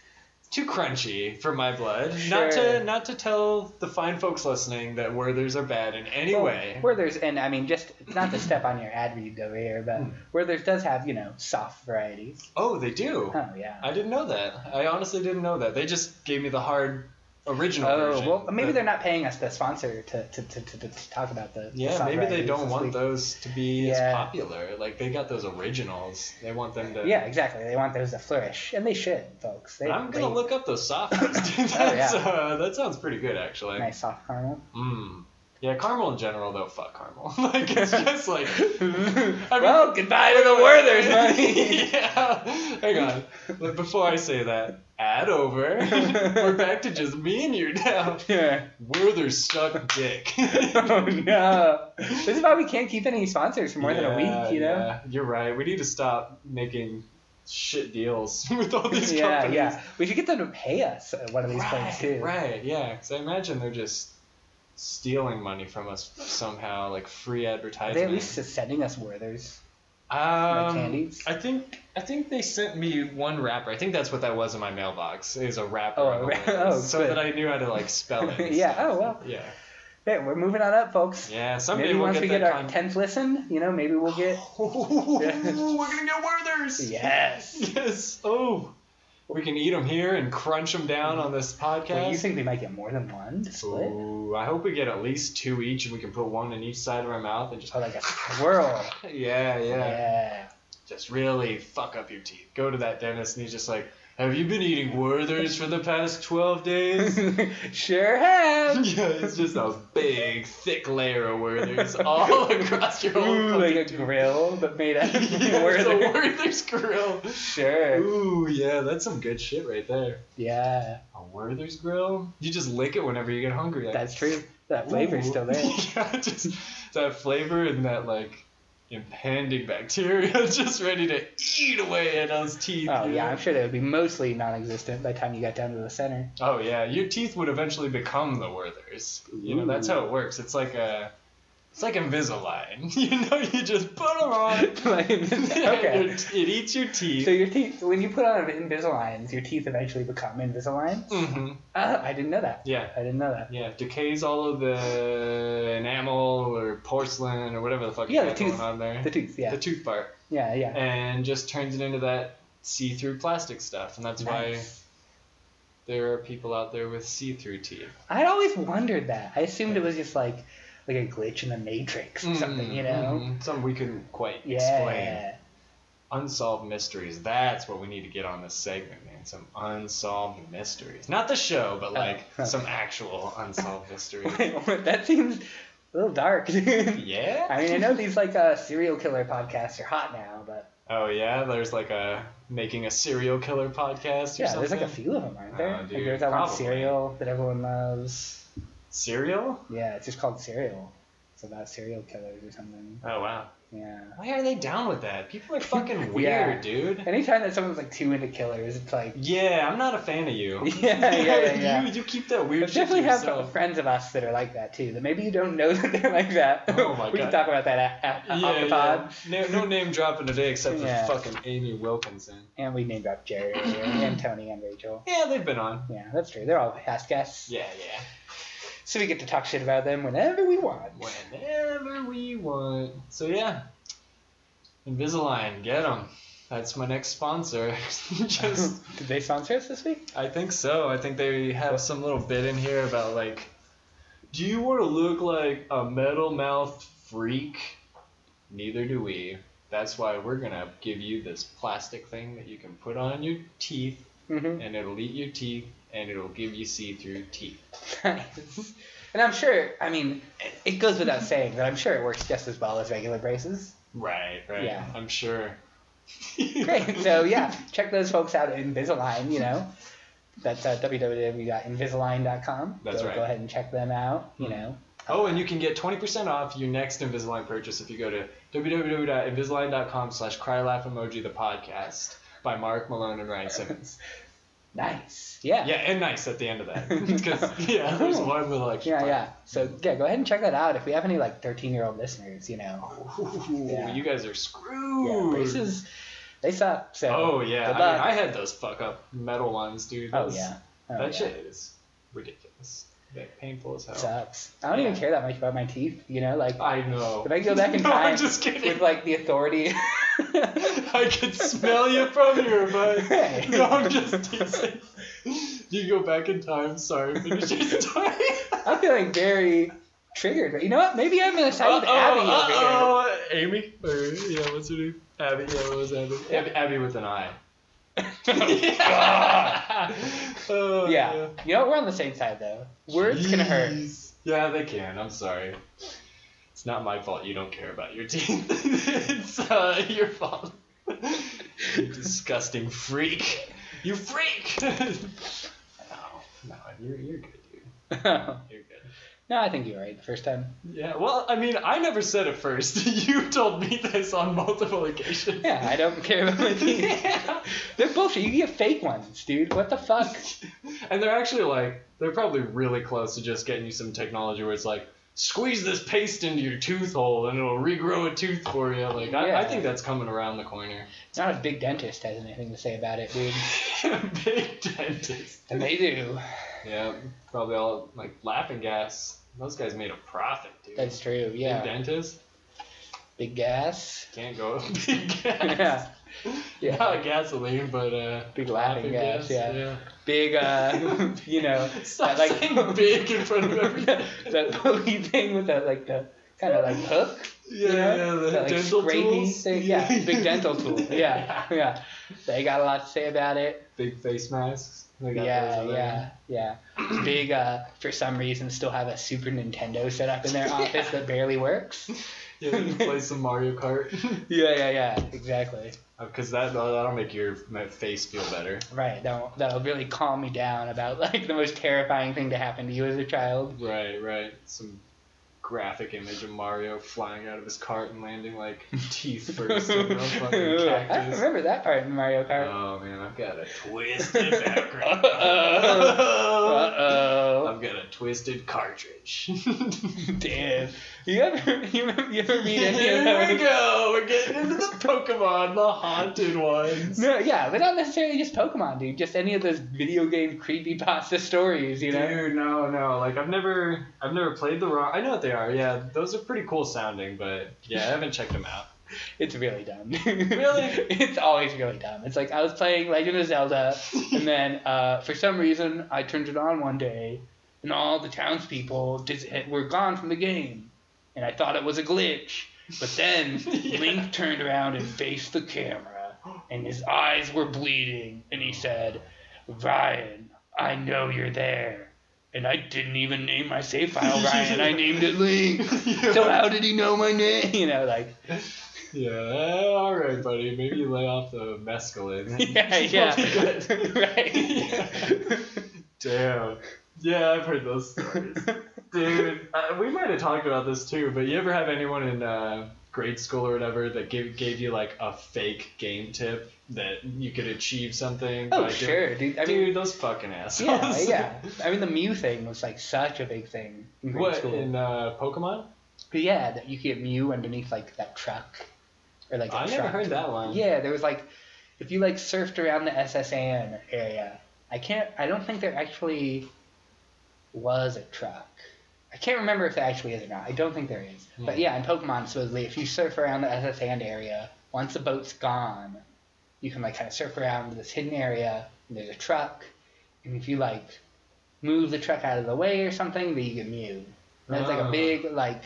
Speaker 2: too crunchy for my blood. Not to
Speaker 1: Sure.
Speaker 2: not to tell the fine folks listening that Werthers are bad in any
Speaker 1: Well,
Speaker 2: way.
Speaker 1: Werther's, and I mean, just not to step on your ad read over here, but
Speaker 2: Hmm.
Speaker 1: Werther's does have, you know, soft varieties.
Speaker 2: Oh, they do.
Speaker 1: Oh, yeah.
Speaker 2: I didn't know that. I honestly didn't know that. They just gave me the hard original
Speaker 1: Oh,
Speaker 2: version.
Speaker 1: well, maybe
Speaker 2: but-
Speaker 1: they're not paying us the sponsor to, to, to, to, to talk about the. the
Speaker 2: Yeah,
Speaker 1: soft
Speaker 2: maybe they
Speaker 1: varieties
Speaker 2: don't
Speaker 1: this
Speaker 2: want
Speaker 1: week.
Speaker 2: those to be as
Speaker 1: Yeah.
Speaker 2: popular. Like they got those originals. They want them to.
Speaker 1: Yeah, exactly. They want those to flourish, and they should, folks. They,
Speaker 2: I'm
Speaker 1: they,
Speaker 2: gonna look up those softies. dude.
Speaker 1: Oh, yeah.
Speaker 2: That's, uh, that sounds pretty good actually.
Speaker 1: nice soft caramel.
Speaker 2: Mm. Yeah, caramel in general though. Fuck caramel. like it's just like.
Speaker 1: well, goodbye to the Werther's, money.
Speaker 2: yeah. Hang on. Look, Before I say that, add over. We're back to just me and you now.
Speaker 1: yeah.
Speaker 2: Werther's stuck dick.
Speaker 1: Oh no! This is why we can't keep any sponsors for more than a
Speaker 2: Yeah,
Speaker 1: week. You know.
Speaker 2: yeah. You're right. We need to stop making shit deals with all these
Speaker 1: yeah,
Speaker 2: companies.
Speaker 1: yeah. We should get them to pay us at one of these
Speaker 2: right,
Speaker 1: things too.
Speaker 2: Right, yeah. Because I imagine they're just stealing money from us somehow, like free
Speaker 1: Are they
Speaker 2: advertisement.
Speaker 1: at least just sending us Werther's like
Speaker 2: um,
Speaker 1: candies?
Speaker 2: I think I think they sent me one wrapper. I think that's what that was in my mailbox. Is a wrapper.
Speaker 1: Oh,
Speaker 2: on
Speaker 1: a
Speaker 2: the
Speaker 1: wra-
Speaker 2: Werther's,
Speaker 1: oh,
Speaker 2: so
Speaker 1: good.
Speaker 2: that I knew how to like spell it. and
Speaker 1: yeah.
Speaker 2: stuff.
Speaker 1: Oh well.
Speaker 2: Yeah.
Speaker 1: Hey, we're moving on up, folks.
Speaker 2: Yeah. Someday
Speaker 1: Maybe
Speaker 2: we'll
Speaker 1: once
Speaker 2: get
Speaker 1: we
Speaker 2: that Oh,
Speaker 1: get our
Speaker 2: con-
Speaker 1: tenth listen, you know, maybe we'll get
Speaker 2: Ooh, we're gonna get Werthers.
Speaker 1: yes.
Speaker 2: Yes. Oh, we can eat them here and crunch them down on this podcast.
Speaker 1: Well, you think we might get more than one to split?
Speaker 2: Ooh, I hope we get at least two each, and we can put one in each side of our mouth and just.
Speaker 1: Oh, like a swirl.
Speaker 2: Yeah, yeah.
Speaker 1: Yeah.
Speaker 2: Just really fuck up your teeth. Go to that dentist, and he's just like, "Have you been eating Werthers for the past twelve days?"
Speaker 1: sure have.
Speaker 2: yeah, it's just a big, thick layer of Werthers all across your whole.
Speaker 1: Ooh, like
Speaker 2: fucking
Speaker 1: a
Speaker 2: tooth.
Speaker 1: grill, but made out of
Speaker 2: yeah,
Speaker 1: Werther.
Speaker 2: It's a Werther's grill.
Speaker 1: Sure.
Speaker 2: Ooh, yeah, that's some good shit right there.
Speaker 1: Yeah,
Speaker 2: A Werther's grill? You just lick it whenever you get hungry. Like,
Speaker 1: that's true. That flavor's
Speaker 2: ooh.
Speaker 1: still there.
Speaker 2: yeah, just that flavor and that like impending bacteria just ready to eat away at those teeth.
Speaker 1: Oh
Speaker 2: you
Speaker 1: yeah,
Speaker 2: know?
Speaker 1: I'm sure they would be mostly non-existent by the time you got down to the center.
Speaker 2: Oh yeah, your teeth would eventually become the Werthers. You know that's how it works. It's like a, it's like Invisalign. You know, you just put them on.
Speaker 1: Like,
Speaker 2: Oh. Your-
Speaker 1: okay.
Speaker 2: It eats your teeth.
Speaker 1: So your teeth, when you put on Invisaligns, your teeth eventually become Invisalign.
Speaker 2: hmm
Speaker 1: Uh, I didn't know that.
Speaker 2: Yeah.
Speaker 1: I didn't know that.
Speaker 2: Yeah, it decays all of the enamel or porcelain or whatever the fuck
Speaker 1: Yeah,
Speaker 2: you
Speaker 1: the
Speaker 2: got going
Speaker 1: tooth.
Speaker 2: on there.
Speaker 1: The tooth, yeah,
Speaker 2: The tooth part.
Speaker 1: yeah, yeah.
Speaker 2: And just turns it into that see through plastic stuff. And that's why
Speaker 1: Nice.
Speaker 2: there are people out there with see through teeth.
Speaker 1: I'd always wondered that. I assumed it was just like like a glitch in the matrix or something, you know?
Speaker 2: Mhm. Something we couldn't quite explain.
Speaker 1: Yeah.
Speaker 2: Unsolved mysteries. That's what we need to get on this segment, man. Some unsolved
Speaker 1: Uh,
Speaker 2: mysteries. Not the show, but like
Speaker 1: okay.
Speaker 2: some actual unsolved mysteries.
Speaker 1: Wait, that seems a little dark. dude.
Speaker 2: Yeah.
Speaker 1: I mean, I know these like uh, serial killer podcasts are hot now, but
Speaker 2: Oh yeah, there's like a making a serial killer podcast. Or
Speaker 1: yeah,
Speaker 2: something.
Speaker 1: there's like a few of them, aren't there?
Speaker 2: Oh,
Speaker 1: Like,
Speaker 2: dude,
Speaker 1: there's that one
Speaker 2: probably.
Speaker 1: serial that everyone loves.
Speaker 2: serial.
Speaker 1: Yeah, it's just called Serial. It's about serial killers or something.
Speaker 2: Oh wow.
Speaker 1: Yeah.
Speaker 2: Why are they down with that? People are fucking weird,
Speaker 1: Yeah.
Speaker 2: dude.
Speaker 1: Anytime that someone's like too into killers, it's like
Speaker 2: Yeah, I'm not a fan of you.
Speaker 1: yeah, yeah, yeah. yeah.
Speaker 2: you, you keep that
Speaker 1: We
Speaker 2: weird shit to
Speaker 1: definitely have
Speaker 2: yourself.
Speaker 1: friends of us that are like that too. That maybe you don't know that they're like that.
Speaker 2: Oh my
Speaker 1: we can
Speaker 2: God.
Speaker 1: talk about that a- a- a- off
Speaker 2: yeah,
Speaker 1: the pod.
Speaker 2: yeah. No, no name dropping today except for
Speaker 1: Yeah.
Speaker 2: fucking Amy Wilkinson.
Speaker 1: And we named up Jerry and Tony and Rachel.
Speaker 2: Yeah, they've been on.
Speaker 1: Yeah, that's true. They're all past guests.
Speaker 2: Yeah, yeah.
Speaker 1: So we get to talk shit about them whenever we want.
Speaker 2: Whenever we want. So yeah, Invisalign, get them. That's my next sponsor. Just,
Speaker 1: Did they sponsor us this week?
Speaker 2: I think so. I think they have some little bit in here about like, do you want to look like a metal mouth freak? Neither do we. That's why we're gonna give you this plastic thing that you can put on your teeth,
Speaker 1: Mm-hmm.
Speaker 2: and it'll eat your teeth, and it'll give you see-through teeth.
Speaker 1: Nice. And I'm sure. I mean, it goes without saying that I'm sure it works just as well as regular braces.
Speaker 2: Right, right.
Speaker 1: Yeah.
Speaker 2: I'm sure.
Speaker 1: Great. So yeah, check those folks out at Invisalign. You know, that's uh, www.invisalign.com.
Speaker 2: That's
Speaker 1: go,
Speaker 2: right.
Speaker 1: Go ahead and check them out. You
Speaker 2: Mhm.
Speaker 1: know.
Speaker 2: Oh, and you can get 20% off your next Invisalign purchase if you go to www.invisalign.com slash cry laugh emoji the podcast by Mark Malone and Ryan Simmons.
Speaker 1: Nice. Yeah.
Speaker 2: Yeah, and nice at the end of that. 'Cause, yeah, there's one little extra.
Speaker 1: Yeah, yeah. So yeah, go ahead and check that out. If we have any like thirteen year old listeners, you know,
Speaker 2: part. Ooh,
Speaker 1: Yeah.
Speaker 2: you guys are screwed.
Speaker 1: yeah, braces, they suck. So
Speaker 2: Oh,
Speaker 1: Good
Speaker 2: yeah. I,
Speaker 1: luck.
Speaker 2: mean, I had those fuck up metal ones, dude.
Speaker 1: oh
Speaker 2: Those-
Speaker 1: yeah, oh,
Speaker 2: That
Speaker 1: yeah.
Speaker 2: shit is ridiculous. Like, painful as hell.
Speaker 1: sucks. I don't even
Speaker 2: Yeah.
Speaker 1: care that much about my teeth. You know, like
Speaker 2: I know.
Speaker 1: if I go back in
Speaker 2: No,
Speaker 1: time
Speaker 2: I'm just kidding.
Speaker 1: with like the authority.
Speaker 2: I could smell you from here, but
Speaker 1: Hey.
Speaker 2: no, I'm just teasing. You go back in time. Sorry, finish your story.
Speaker 1: I'm feeling very triggered. But you know what? Maybe I'm gonna side with Abby over here.
Speaker 2: uh-oh, Amy, or yeah, what's her name? Abby. Yeah, what was Abby? Ab- Abby with an I. Oh,
Speaker 1: yeah. You know what? We're on the same side though. Words can hurt.
Speaker 2: Jeez. Yeah, they can. I'm sorry. It's not my fault. You don't care about your team. it's uh, your fault. you disgusting freak. You freak. no, no, you're you're good, dude.
Speaker 1: no,
Speaker 2: You're good.
Speaker 1: I think you're right the first time.
Speaker 2: Yeah. Well, I mean, I never said it first. you told me this on multiple occasions.
Speaker 1: Yeah, I don't care about my teeth.
Speaker 2: Yeah.
Speaker 1: They're bullshit. You get fake ones, dude. What the fuck?
Speaker 2: and they're actually like they're probably really close to just getting you some technology where it's like squeeze this paste into your tooth hole and it'll regrow a tooth for you like I, I
Speaker 1: Yeah.
Speaker 2: think that's coming around the corner
Speaker 1: Not a big dentist has anything to say about it, dude.
Speaker 2: big dentist
Speaker 1: And they do.
Speaker 2: yeah probably all like laughing gas those guys made a profit dude
Speaker 1: That's true.
Speaker 2: big
Speaker 1: Yeah.
Speaker 2: dentist
Speaker 1: Big gas.
Speaker 2: can't go big gas
Speaker 1: Yeah. Yeah.
Speaker 2: not gasoline but uh
Speaker 1: Big laughing gas, yeah. Big,
Speaker 2: yeah.
Speaker 1: uh, you know,
Speaker 2: stop
Speaker 1: that, like-
Speaker 2: saying big in front of everything
Speaker 1: that bony thing with that, like, the kind of like hook.
Speaker 2: Yeah,
Speaker 1: know?
Speaker 2: yeah, the
Speaker 1: that, like,
Speaker 2: dental
Speaker 1: scrapey
Speaker 2: tools.
Speaker 1: Thing. Yeah, big dental tool. Yeah, yeah. They got a lot to say about it.
Speaker 2: Big face masks. They got
Speaker 1: Yeah,
Speaker 2: those, I
Speaker 1: yeah, yeah. Big, uh, for some reason, still have a Super Nintendo set up in their office that barely works.
Speaker 2: think. Yeah, they play some Mario Kart.
Speaker 1: Yeah, yeah, yeah. Exactly.
Speaker 2: Because Uh, that that'll make your my face feel better.
Speaker 1: Right. That'll, that'll really calm me down about like the most terrifying thing to happen to you as a child.
Speaker 2: Right, right. Some graphic image of Mario flying out of his cart and landing like teeth first in a fucking
Speaker 1: I don't
Speaker 2: cactus.
Speaker 1: remember that part in Mario Kart.
Speaker 2: Oh man, I've got a twisted background.
Speaker 1: Uh oh.
Speaker 2: I've got a twisted cartridge.
Speaker 1: Damn. You ever you remember, you ever read any of
Speaker 2: Here we
Speaker 1: those?
Speaker 2: go. We're getting into the Pokemon, the haunted ones.
Speaker 1: No, yeah, but not necessarily just Pokemon, dude. Just any of those video game creepypasta stories, you know?
Speaker 2: Dude, no, no. Like I've never, I've never played the raw. I know what they are. Yeah, those are pretty cool sounding, but yeah, I haven't checked them out.
Speaker 1: It's really dumb.
Speaker 2: Really?
Speaker 1: it's always really dumb. It's like I was playing Legend of Zelda, and then uh, for some reason I turned it on one day, and all the townspeople dis- had- were gone from the game, and I thought it was a glitch. But then
Speaker 2: Yeah.
Speaker 1: Link turned around and faced the camera, and his eyes were bleeding, and he said, "Ryan, I know you're there. And I didn't even name my save file Ryan. I named it Link. So how did he know my name? You know, like
Speaker 2: Yeah, all right, buddy. Maybe lay off the mescaline.
Speaker 1: yeah, yeah, right.
Speaker 2: Damn. Yeah, I've heard those stories. Dude, uh, we might have talked about this too, but you ever have anyone in uh, grade school or whatever that gave, gave you like a fake game tip that you could achieve something?
Speaker 1: Oh
Speaker 2: by doing-
Speaker 1: sure, dude. I
Speaker 2: Dude,
Speaker 1: mean,
Speaker 2: those fucking
Speaker 1: yeah,
Speaker 2: assholes.
Speaker 1: yeah. I mean, the Mew thing was like such a big thing in grade
Speaker 2: What,
Speaker 1: school.
Speaker 2: in uh, Pokemon?
Speaker 1: But yeah, that you could get Mew underneath like that truck, or like a
Speaker 2: I never
Speaker 1: truck.
Speaker 2: heard that one.
Speaker 1: Yeah, there was like, if you like surfed around the SSN area, I can't. I don't think there actually was a truck. I can't remember if there actually is or not. I don't think there is. But
Speaker 2: Hmm.
Speaker 1: yeah, in Pokemon, supposedly, if you surf around the SSN area, once the boat's gone, you can like kind of surf around this hidden area. And there's a truck, and if you like move the truck out of the way or something, then you get Mew. And That's like a
Speaker 2: Ah.
Speaker 1: big like,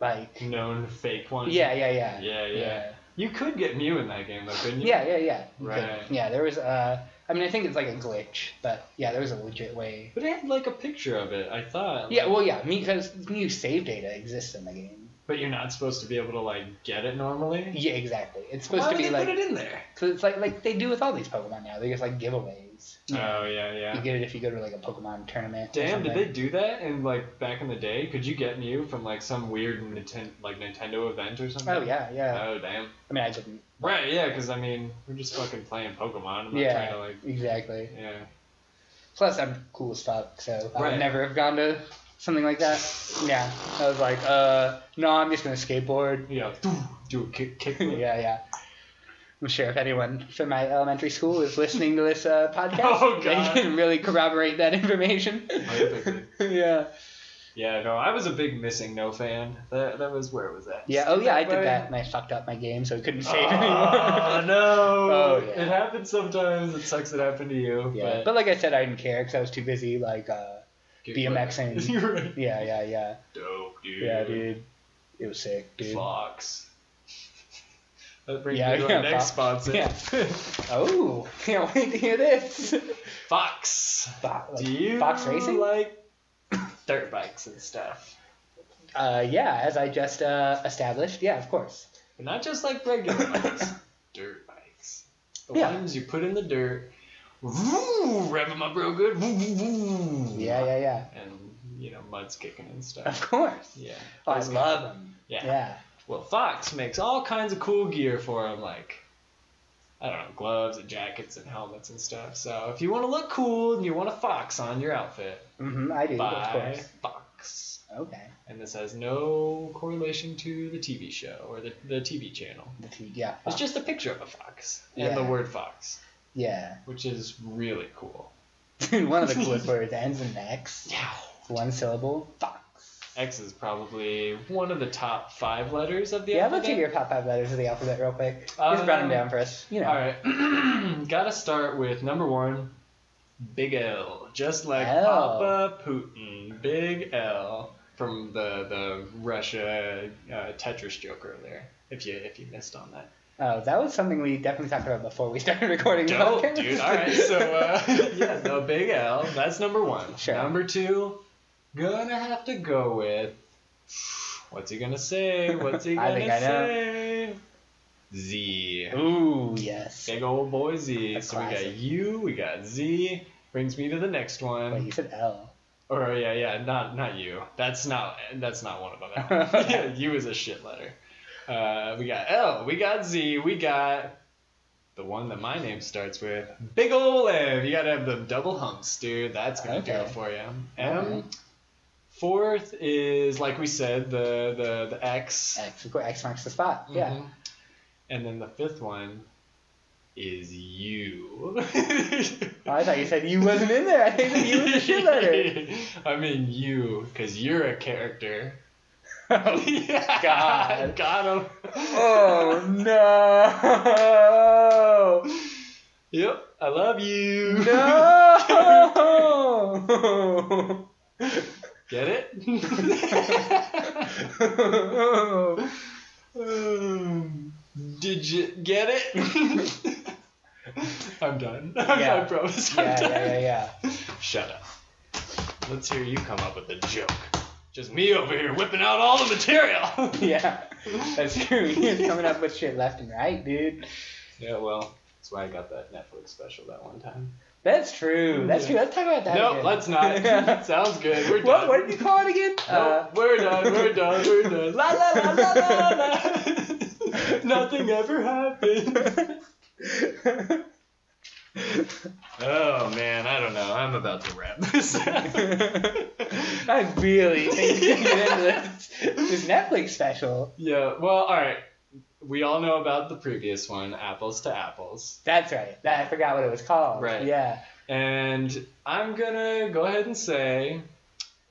Speaker 1: like
Speaker 2: Known fake one.
Speaker 1: yeah, yeah, Hmm. yeah,
Speaker 2: Yeah, yeah. You could get Mew in that game, though, couldn't you?
Speaker 1: Yeah, yeah, yeah. You could.
Speaker 2: Right.
Speaker 1: Yeah, there was uh I mean I think it's like a glitch, but yeah, there was a legit way.
Speaker 2: But it had like a picture of it, I thought.
Speaker 1: Yeah, well yeah, because new save data exists in the game.
Speaker 2: But you're not supposed to be able to like get it normally.
Speaker 1: Yeah, exactly. It's supposed
Speaker 2: Why
Speaker 1: to
Speaker 2: would
Speaker 1: be
Speaker 2: they
Speaker 1: like
Speaker 2: put it in there?
Speaker 1: cause it's like like they do with all these Pokemon now. They're just like giveaways. You know,
Speaker 2: Oh yeah,
Speaker 1: You
Speaker 2: yeah.
Speaker 1: get it if you go to like a Pokemon tournament. or
Speaker 2: Damn, did
Speaker 1: something.
Speaker 2: they do that? And like back in the day, could you get Mew from like some weird Nintendo like Nintendo event or something?
Speaker 1: Oh yeah, yeah.
Speaker 2: Oh damn.
Speaker 1: I mean I didn't.
Speaker 2: Right, yeah, because I mean we're just fucking playing Pokemon. I'm not
Speaker 1: yeah,
Speaker 2: trying to like
Speaker 1: exactly.
Speaker 2: yeah.
Speaker 1: Plus I'm cool as fuck, so I would
Speaker 2: Right.
Speaker 1: never have gone to something like that. Yeah, I was like, uh, no, I'm just gonna skateboard.
Speaker 2: Yeah, do a kick, kick flip.
Speaker 1: yeah, yeah. I'm sure if anyone from my elementary school is listening to this uh, podcast,
Speaker 2: Oh,
Speaker 1: they
Speaker 2: God.
Speaker 1: can really corroborate that information.
Speaker 2: Perfectly.
Speaker 1: yeah.
Speaker 2: Yeah, no, I was a big missing no fan. That that was where it was at.
Speaker 1: Yeah. Oh, yeah, I did
Speaker 2: Right.
Speaker 1: that, and I fucked up my game, so I
Speaker 2: Ah,
Speaker 1: couldn't save
Speaker 2: Oh
Speaker 1: anymore.
Speaker 2: no!
Speaker 1: Oh, yeah.
Speaker 2: It happens sometimes. It sucks it happened to you.
Speaker 1: Yeah.
Speaker 2: But
Speaker 1: But like I said, I didn't care because I was too busy, like, uh, BMXing.
Speaker 2: You're right.
Speaker 1: yeah, yeah, yeah.
Speaker 2: Dope, dude.
Speaker 1: Yeah, dude. It was sick, dude.
Speaker 2: Fox. That brings
Speaker 1: Yeah,
Speaker 2: me to our
Speaker 1: yeah,
Speaker 2: next
Speaker 1: Fox.
Speaker 2: sponsor.
Speaker 1: Yeah. Oh, can't wait to hear this.
Speaker 2: Fox.
Speaker 1: Fo- like,
Speaker 2: Do you
Speaker 1: Fox Racing?
Speaker 2: like dirt bikes and stuff?
Speaker 1: Uh, yeah, as I just uh, established. Yeah, of course.
Speaker 2: But not just like regular bikes. dirt bikes. The
Speaker 1: Yeah.
Speaker 2: ones you put in the dirt. Woo, rev them up real good. Woo, woo, woo.
Speaker 1: Yeah, yeah, yeah.
Speaker 2: And you know mud's kicking and
Speaker 1: Of
Speaker 2: stuff.
Speaker 1: course.
Speaker 2: Yeah.
Speaker 1: Oh, I
Speaker 2: Those guys.
Speaker 1: love them.
Speaker 2: Yeah.
Speaker 1: yeah.
Speaker 2: Well, Fox makes all kinds of cool gear for them, like I don't know, gloves and jackets and helmets and stuff. So if you want to look cool and you want a fox on your outfit,
Speaker 1: Mm-hmm, I do, of
Speaker 2: buy
Speaker 1: course.
Speaker 2: Fox.
Speaker 1: Okay.
Speaker 2: And this has no correlation to the TV show or the, the TV channel.
Speaker 1: The tea, yeah.
Speaker 2: It's just a picture of a fox and
Speaker 1: Yeah.
Speaker 2: the word fox,
Speaker 1: yeah.
Speaker 2: which is really cool.
Speaker 1: One of the coolest words ends in X.
Speaker 2: Yeah.
Speaker 1: It's one syllable. Fox.
Speaker 2: X is probably one of the top five letters of the
Speaker 1: Yeah, Uh, let's
Speaker 2: alphabet.
Speaker 1: hear your top five letters of the alphabet real quick. Just
Speaker 2: Um,
Speaker 1: brought them down for us. You know.
Speaker 2: All right, gotta start with number one, Big L, just like
Speaker 1: L.
Speaker 2: Papa Putin, Big L from the the Russia uh, Tetris joke earlier. If you if you missed on that,
Speaker 1: Oh, that was something we definitely talked about before we started recording. the
Speaker 2: dope,
Speaker 1: podcast.
Speaker 2: dude. All right, so uh, yeah, no Big L. That's number one.
Speaker 1: Sure.
Speaker 2: Number two, gonna have to go with. What's he gonna say? What's he
Speaker 1: I
Speaker 2: gonna
Speaker 1: think I know.
Speaker 2: say? Z.
Speaker 1: Ooh, yes.
Speaker 2: Big old boy Z.
Speaker 1: A
Speaker 2: so we got
Speaker 1: classic.
Speaker 2: U, we got Z. Brings me to the next one.
Speaker 1: Wait, you said L.
Speaker 2: Or yeah, yeah, not not you. That's not that's not one of them. yeah, U is a shit letter. Uh, we got L, we got Z, we got the one that my name starts with. Big ol' M. You gotta have the double humps, dude. That's gonna do
Speaker 1: Okay.
Speaker 2: it for you. M. Fourth is like we said the the the X.
Speaker 1: X, of course. X marks the spot. Yeah.
Speaker 2: Mhm. And then the fifth one is you.
Speaker 1: Oh, I thought you said you wasn't in there. I think that you was a shit letter.
Speaker 2: I mean you, because you're a character.
Speaker 1: Oh, God.
Speaker 2: Got him.
Speaker 1: oh no.
Speaker 2: Yep. I love you.
Speaker 1: No!
Speaker 2: Get it? Um, Did you get it? I'm done.
Speaker 1: Yeah.
Speaker 2: I promise. I'm
Speaker 1: yeah, yeah,
Speaker 2: done.
Speaker 1: yeah, yeah.
Speaker 2: Shut up. Let's hear you come up with a joke. Just me over here whipping out all the material.
Speaker 1: yeah, that's true. You're coming up with shit left and right, dude.
Speaker 2: yeah, well, that's why I got that Netflix special that one time.
Speaker 1: That's true. That's true. Let's talk about that.
Speaker 2: No,
Speaker 1: again.
Speaker 2: let's not. Sounds good. We're
Speaker 1: what,
Speaker 2: done.
Speaker 1: what did you call it again? Uh,
Speaker 2: No, we're done. We're done. We're done.
Speaker 1: La la la la la la.
Speaker 2: Nothing ever happened. Oh man, I don't know. I'm about to wrap this up.
Speaker 1: I really think you can get into this, this Netflix special.
Speaker 2: yeah. Well, all right. We all know about the previous one, apples to apples,
Speaker 1: That's right. That, I forgot what it was called.
Speaker 2: Right.
Speaker 1: Yeah.
Speaker 2: and I'm gonna go ahead and say,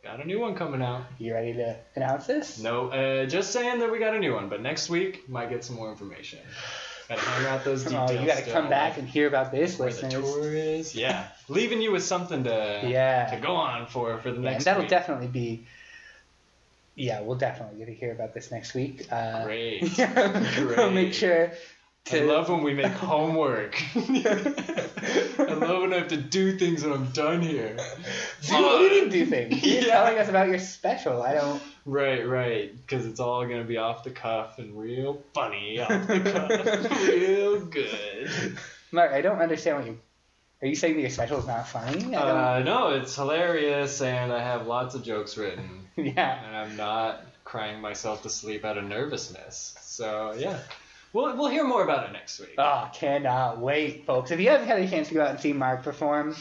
Speaker 2: got a new one coming out.
Speaker 1: You ready to announce this?
Speaker 2: No, uh, just saying that we got a new one, but next week might get some more information. Gotta hang out those
Speaker 1: Oh,
Speaker 2: details.
Speaker 1: you got to come
Speaker 2: still.
Speaker 1: back and hear about this,
Speaker 2: where the
Speaker 1: listeners.
Speaker 2: tour is. Yeah, leaving you with something to
Speaker 1: Yeah.
Speaker 2: to go on for for
Speaker 1: Yeah,
Speaker 2: the
Speaker 1: and
Speaker 2: next.
Speaker 1: that'll
Speaker 2: week.
Speaker 1: definitely be. Yeah, we'll definitely get to hear about this next week. Uh,
Speaker 2: Great.
Speaker 1: we'll make
Speaker 2: Great.
Speaker 1: sure
Speaker 2: I
Speaker 1: to.
Speaker 2: love when we make homework. I love when I have to do things when I'm done here.
Speaker 1: Dude, you didn't do things. You're
Speaker 2: Yeah.
Speaker 1: telling us about your special. I don't.
Speaker 2: Right, right, because it's all gonna be off the cuff and real funny off the cuff, real good.
Speaker 1: Mark, I don't understand what you. Are you saying that your special is not funny? I
Speaker 2: Uh, no, it's hilarious, and I have lots of jokes written,
Speaker 1: don't. yeah.
Speaker 2: and I'm not crying myself to sleep out of nervousness. So yeah, we'll we'll hear more about it next week.
Speaker 1: Oh, cannot wait, folks. If you haven't had a chance to go out and see Mark perform,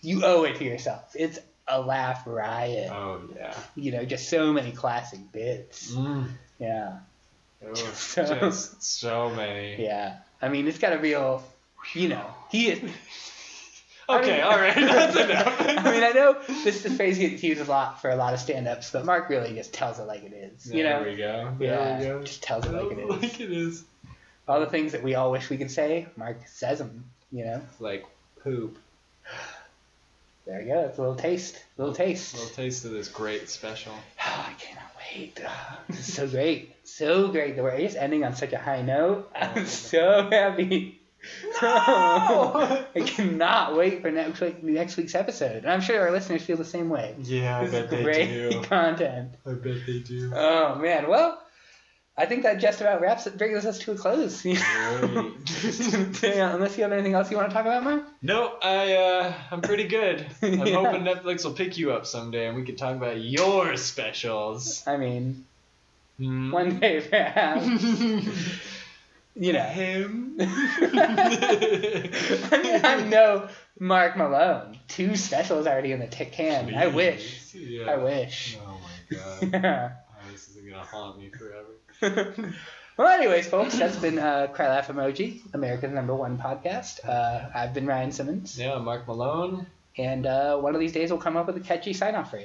Speaker 1: you owe it to yourself. It's a laugh riot.
Speaker 2: oh yeah.
Speaker 1: You know, just so many classic bits.
Speaker 2: Mm.
Speaker 1: Yeah.
Speaker 2: Oh,
Speaker 1: So-
Speaker 2: just so many.
Speaker 1: Yeah. I mean, it's got a real, you know, he is.
Speaker 2: Okay,
Speaker 1: I mean-
Speaker 2: all right, that's enough.
Speaker 1: I mean, I know this, this phrase gets used a lot for a lot of stand ups, but Mark really just tells it like it is. You
Speaker 2: there
Speaker 1: know?
Speaker 2: we go. There
Speaker 1: yeah.
Speaker 2: we go.
Speaker 1: Just tells it like it is.
Speaker 2: Like it is.
Speaker 1: All the things that we all wish we could say, Mark says them, you know?
Speaker 2: Like poop.
Speaker 1: There you go. It's a little taste. little
Speaker 2: A little
Speaker 1: taste.
Speaker 2: taste of this great special.
Speaker 1: Oh, I cannot wait. Ah, this is so great. So great. We're just ending on such a high note. I'm so happy.
Speaker 2: No!
Speaker 1: I cannot wait for next, week, next week's episode. And I'm sure our listeners feel the same way.
Speaker 2: Yeah,
Speaker 1: This is great content.
Speaker 2: I bet they do.
Speaker 1: Oh man, well, I think that just about wraps it, brings us to a close. Yeah, Unless you have anything else you want to talk about, Mark?
Speaker 2: no, I uh, I'm pretty good. I'm
Speaker 1: Yeah.
Speaker 2: hoping Netflix will pick you up someday, and we can talk about your specials.
Speaker 1: I mean,
Speaker 2: Hmm.
Speaker 1: one day, perhaps. You know,
Speaker 2: Him.
Speaker 1: I mean, I'm no Mark Malone. Two specials already in the tick can. I wish.
Speaker 2: Please. Yeah.
Speaker 1: I wish.
Speaker 2: Oh my god.
Speaker 1: Yeah.
Speaker 2: Oh, this is gonna haunt me forever.
Speaker 1: well, anyways, folks, that's been uh, Cry Laugh Emoji, America's number one podcast. Uh, I've been Ryan Simmons,
Speaker 2: Yeah, Mark Malone.
Speaker 1: and uh, one of these days we'll come up with a catchy sign-off phrase.